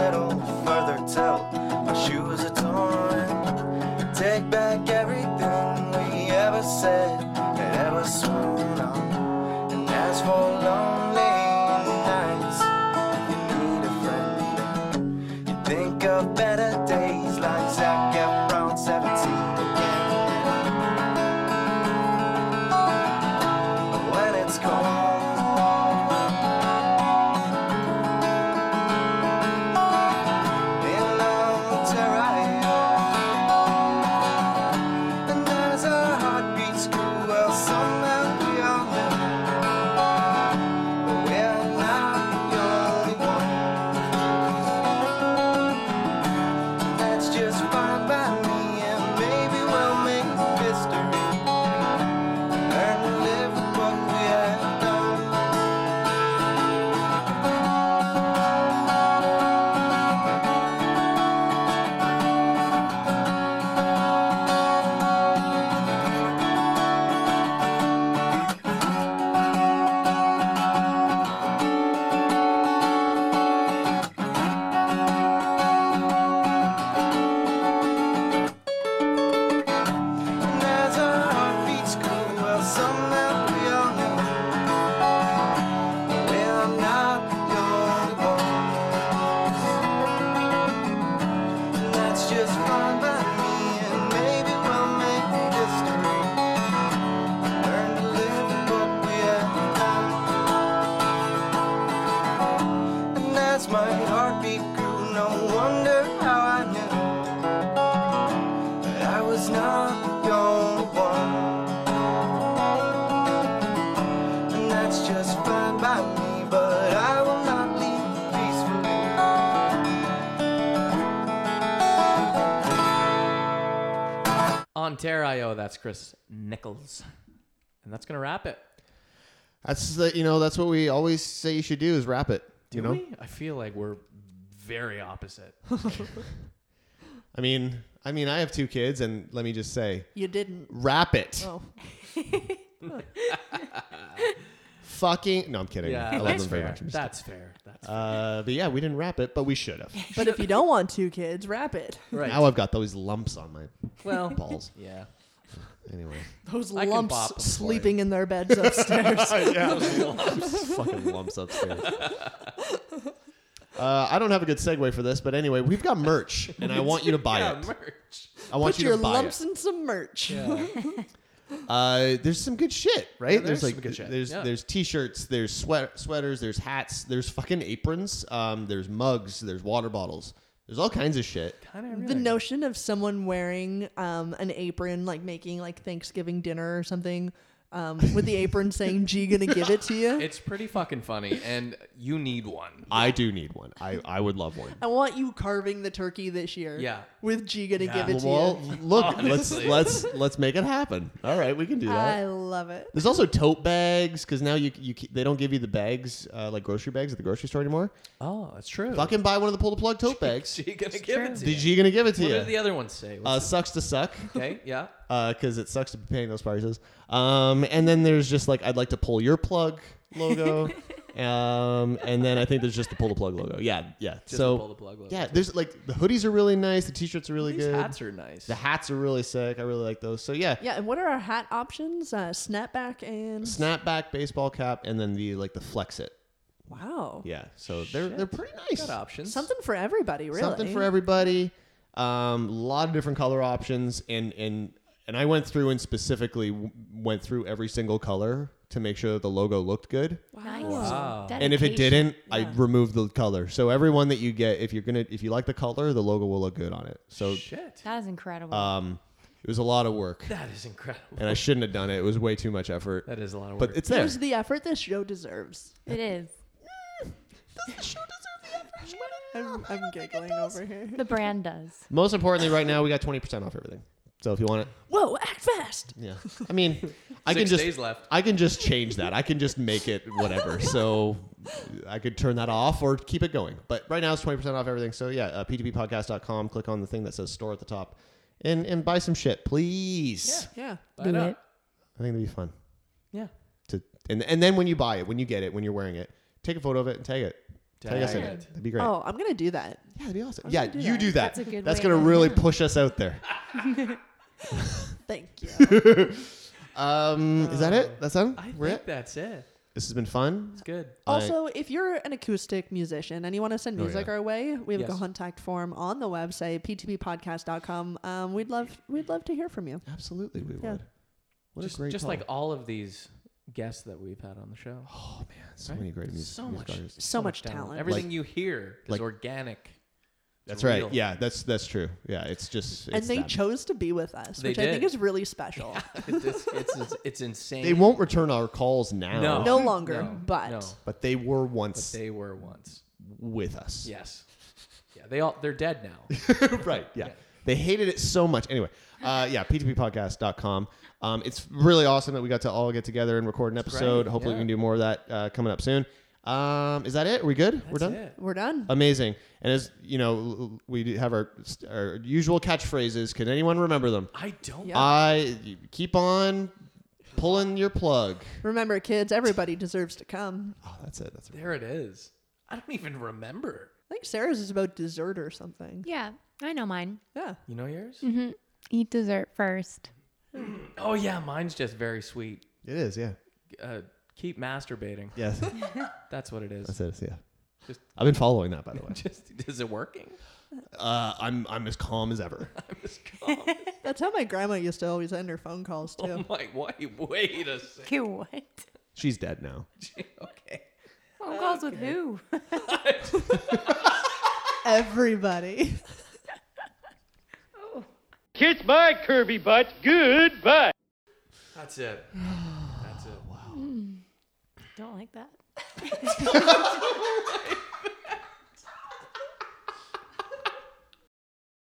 Speaker 7: little further till our shoes are torn. Take back everything we ever said and ever sworn on. And as for lonely nights, you need a friend. You think of better days like Zac Efron 17 again. But when it's cold. And on the terrain, and as our heartbeats grew, well, somehow we all knew we're not the only ones. That's just fine by me, and maybe we'll make history and live with what we have done. And as our heartbeats grew, well, somehow we all knew we're not the only ones. And that's just fine by me, and maybe we'll make history. Learn to live with what we have done. And as my heartbeat grew, no wonder how I knew. But I was not the only one. And that's just fine by me, but I will not leave peacefully.
Speaker 2: Ontario, that's Chris Nichols. And that's going to wrap it.
Speaker 1: That's the, you know that's what we always say you should do is wrap it. you know,
Speaker 2: we? I feel like we're very opposite.
Speaker 1: I mean, I mean, I have two kids, and let me just say,
Speaker 3: You didn't.
Speaker 1: wrap it.
Speaker 3: Oh,
Speaker 1: Fucking no, I'm kidding.
Speaker 2: yeah,
Speaker 1: I love
Speaker 2: that's
Speaker 1: them very
Speaker 2: fair.
Speaker 1: much. I'm just-
Speaker 2: That's fair. That's fair.
Speaker 1: Uh, but yeah, we didn't wrap it, but we should have.
Speaker 3: but if you don't want two kids, wrap it.
Speaker 2: right.
Speaker 1: Now I've got those lumps on my
Speaker 2: well,
Speaker 1: balls.
Speaker 2: yeah.
Speaker 1: Anyway,
Speaker 3: Those
Speaker 2: I can
Speaker 3: lumps
Speaker 2: pop 'em for
Speaker 3: sleeping in their beds upstairs.
Speaker 1: fucking lumps upstairs. Uh, I don't have a good segue for this, but anyway, we've got merch, and I want you to buy
Speaker 2: yeah,
Speaker 1: it.
Speaker 2: merch.
Speaker 1: I want
Speaker 3: Put
Speaker 1: you
Speaker 3: your
Speaker 1: to buy
Speaker 3: lumps
Speaker 1: it.
Speaker 3: in some merch.
Speaker 1: Uh, there's some good shit, right?
Speaker 2: Yeah, there's
Speaker 1: like
Speaker 2: some good shit.
Speaker 1: there's
Speaker 2: Yeah.
Speaker 1: there's t-shirts, there's sweat sweaters, there's hats, there's fucking aprons, um, there's mugs, there's water bottles, there's all kinds of shit.
Speaker 2: Kinda really
Speaker 3: The notion of someone wearing um, an apron, like making like Thanksgiving dinner or something, um, with the apron saying "G gonna give it to you."
Speaker 2: It's pretty fucking funny, and you need one.
Speaker 1: I do need one. I I would love one.
Speaker 3: I want you carving the turkey this year.
Speaker 2: Yeah.
Speaker 3: with G gonna
Speaker 2: Yeah.
Speaker 3: give it to
Speaker 1: Well,
Speaker 3: you.
Speaker 1: look,
Speaker 2: Honestly.
Speaker 1: let's let's let's make it happen. All right, we can do that.
Speaker 3: I love it.
Speaker 1: There's also tote bags because now you you c- they don't give you the bags uh, like grocery bags at the grocery store anymore.
Speaker 2: Oh, that's true.
Speaker 1: Fucking buy one of the pull to plug tote bags.
Speaker 2: She gonna give it to
Speaker 1: Did
Speaker 2: you.
Speaker 1: you gonna give it to
Speaker 2: What
Speaker 1: you?
Speaker 2: do the other ones say?
Speaker 1: uh,
Speaker 2: What's
Speaker 1: sucks to suck
Speaker 2: the- okay, yeah.
Speaker 1: because uh, it sucks to be paying those prices. Um, and then there's just like I'd like to pull your plug logo. Um, and then I think there's just the pull the plug logo. Yeah, yeah.
Speaker 2: Just
Speaker 1: so
Speaker 2: to pull the plug. logo.
Speaker 1: yeah, there's like the hoodies are really nice. The t-shirts are really
Speaker 2: These
Speaker 1: good.
Speaker 2: hats are nice.
Speaker 1: the hats are really sick. I really like those. So yeah,
Speaker 3: Yeah, and what are our hat options? Uh, snapback and
Speaker 1: snapback baseball cap, and then the like the flex it.
Speaker 3: wow,
Speaker 1: Yeah, so they're
Speaker 2: Shit.
Speaker 1: they're pretty nice.
Speaker 2: Got options.
Speaker 3: something for everybody, really.
Speaker 1: Something for everybody. Um, a lot of different color options, and and and I went through and specifically w- went through every single color to make sure that the logo looked good.
Speaker 4: Nice.
Speaker 2: Wow.
Speaker 1: And if it
Speaker 4: Dedication.
Speaker 1: didn't, I removed the color. So everyone that you get, if you're gonna, if you like the color, the logo will look good on it. So
Speaker 2: Shit.
Speaker 4: That is incredible.
Speaker 1: um, it was a lot of work,
Speaker 2: That is incredible.
Speaker 1: and I shouldn't have done it. It was way too much effort,
Speaker 2: That is a lot of work.
Speaker 1: but it's
Speaker 3: It
Speaker 1: there.
Speaker 3: was the effort this show deserves.
Speaker 4: it is.
Speaker 3: I'm, I'm giggling over here.
Speaker 4: The brand does.
Speaker 1: Most importantly, right now we got twenty percent off everything. So if you want it,
Speaker 3: Whoa, act fast!
Speaker 1: yeah. I mean, I
Speaker 2: Six
Speaker 1: can just
Speaker 2: days left.
Speaker 1: I can just change that. I can just make it whatever. So I could turn that off or keep it going. But right now it's 20% off everything. So yeah, uh, p2ppodcast.com. Click on the thing that says store at the top and, and buy some shit, please.
Speaker 3: Yeah.
Speaker 2: Why
Speaker 4: Do
Speaker 2: not?
Speaker 4: it.
Speaker 1: I think that'd be fun.
Speaker 2: Yeah.
Speaker 1: To and, and then when you buy it, when you get it, when you're wearing it, take a photo of it and tag it. Tag, us in
Speaker 2: Tag
Speaker 1: it.
Speaker 2: it.
Speaker 1: That'd be great.
Speaker 3: Oh, I'm gonna do that.
Speaker 1: yeah, that'd be awesome.
Speaker 3: I'm
Speaker 1: Yeah,
Speaker 3: gonna do
Speaker 1: you
Speaker 3: that.
Speaker 1: do that.
Speaker 4: That's a good
Speaker 1: That's
Speaker 4: way
Speaker 1: going to
Speaker 4: to-
Speaker 1: really push us out there.
Speaker 3: Thank you.
Speaker 1: Um, is that it? That's it?
Speaker 2: I
Speaker 1: We're
Speaker 2: think
Speaker 1: it?
Speaker 2: that's it.
Speaker 1: This has been fun.
Speaker 2: It's good.
Speaker 3: also, if you're an acoustic musician and you want to send
Speaker 1: Oh,
Speaker 3: music
Speaker 1: yeah.
Speaker 3: our way, we have a
Speaker 2: Yes.
Speaker 3: contact form on the website p2bpodcast.com. Um, we'd love we'd love to hear from you.
Speaker 1: Absolutely, we
Speaker 3: Yeah.
Speaker 1: would. What
Speaker 2: just
Speaker 1: a great
Speaker 2: just
Speaker 1: call.
Speaker 2: like all of these guests that we've had on the show.
Speaker 1: Oh man, so
Speaker 2: Right?
Speaker 1: many great music.
Speaker 2: so
Speaker 1: music
Speaker 2: much,
Speaker 1: artists.
Speaker 3: So much talent.
Speaker 2: Everything
Speaker 1: Like-
Speaker 2: you hear is
Speaker 1: like-
Speaker 2: organic.
Speaker 1: That's
Speaker 2: It's real.
Speaker 1: right. Yeah, that's that's true. Yeah, it's just
Speaker 3: and
Speaker 1: it's
Speaker 3: they
Speaker 1: them.
Speaker 3: chose to be with us,
Speaker 2: They
Speaker 3: which I think
Speaker 2: did.
Speaker 3: is really special.
Speaker 2: it's, it's, it's, it's insane.
Speaker 1: They won't return our calls now.
Speaker 2: No.
Speaker 3: No longer,
Speaker 2: No,
Speaker 3: but
Speaker 2: no.
Speaker 1: but they were
Speaker 2: But
Speaker 1: once
Speaker 2: they were once.
Speaker 1: with us.
Speaker 2: Yes. Yeah. They all they're dead now.
Speaker 1: right. Yeah.
Speaker 2: Yeah.
Speaker 1: They hated it so much. Anyway, uh, yeah, p2ppodcast.com. Um, it's really awesome that we got to all get together and record an episode.
Speaker 2: great,
Speaker 1: Hopefully, we
Speaker 2: yeah.
Speaker 1: can do more of that uh, coming up soon. Um, is that it? Are we good? we're
Speaker 2: That's
Speaker 1: done.
Speaker 2: it.
Speaker 3: We're done.
Speaker 1: Amazing. And as you know, l- l- we do have our our usual catchphrases. Can anyone remember them?
Speaker 2: I don't.
Speaker 3: Yeah.
Speaker 1: I you keep on pulling your plug.
Speaker 3: Remember, kids, everybody deserves to come.
Speaker 1: Oh, that's it. That's it.
Speaker 2: There it is. I don't even remember.
Speaker 3: I think Sarah's is about dessert or something.
Speaker 4: Yeah, I know mine.
Speaker 3: Yeah.
Speaker 2: You know yours?
Speaker 1: Mm-hmm.
Speaker 4: Eat dessert first.
Speaker 2: Oh yeah, mine's just very sweet.
Speaker 1: It is. Yeah.
Speaker 2: Uh, keep masturbating.
Speaker 1: Yes.
Speaker 2: That's what it is.
Speaker 1: that's it. Yeah.
Speaker 2: Just-
Speaker 1: I've been following that by the way.
Speaker 2: Just is it working?
Speaker 1: Uh, I'm I'm as calm as ever.
Speaker 2: I'm just calm.
Speaker 3: That's how my grandma used to always end her phone calls too.
Speaker 2: I'm like, wait, wait a second.
Speaker 4: Okay, what?
Speaker 1: She's dead now.
Speaker 2: Okay.
Speaker 4: Phone calls with who?
Speaker 3: Everybody.
Speaker 8: Kiss my Kirby butt. Goodbye.
Speaker 2: That's it. That's it.
Speaker 4: Don't like that.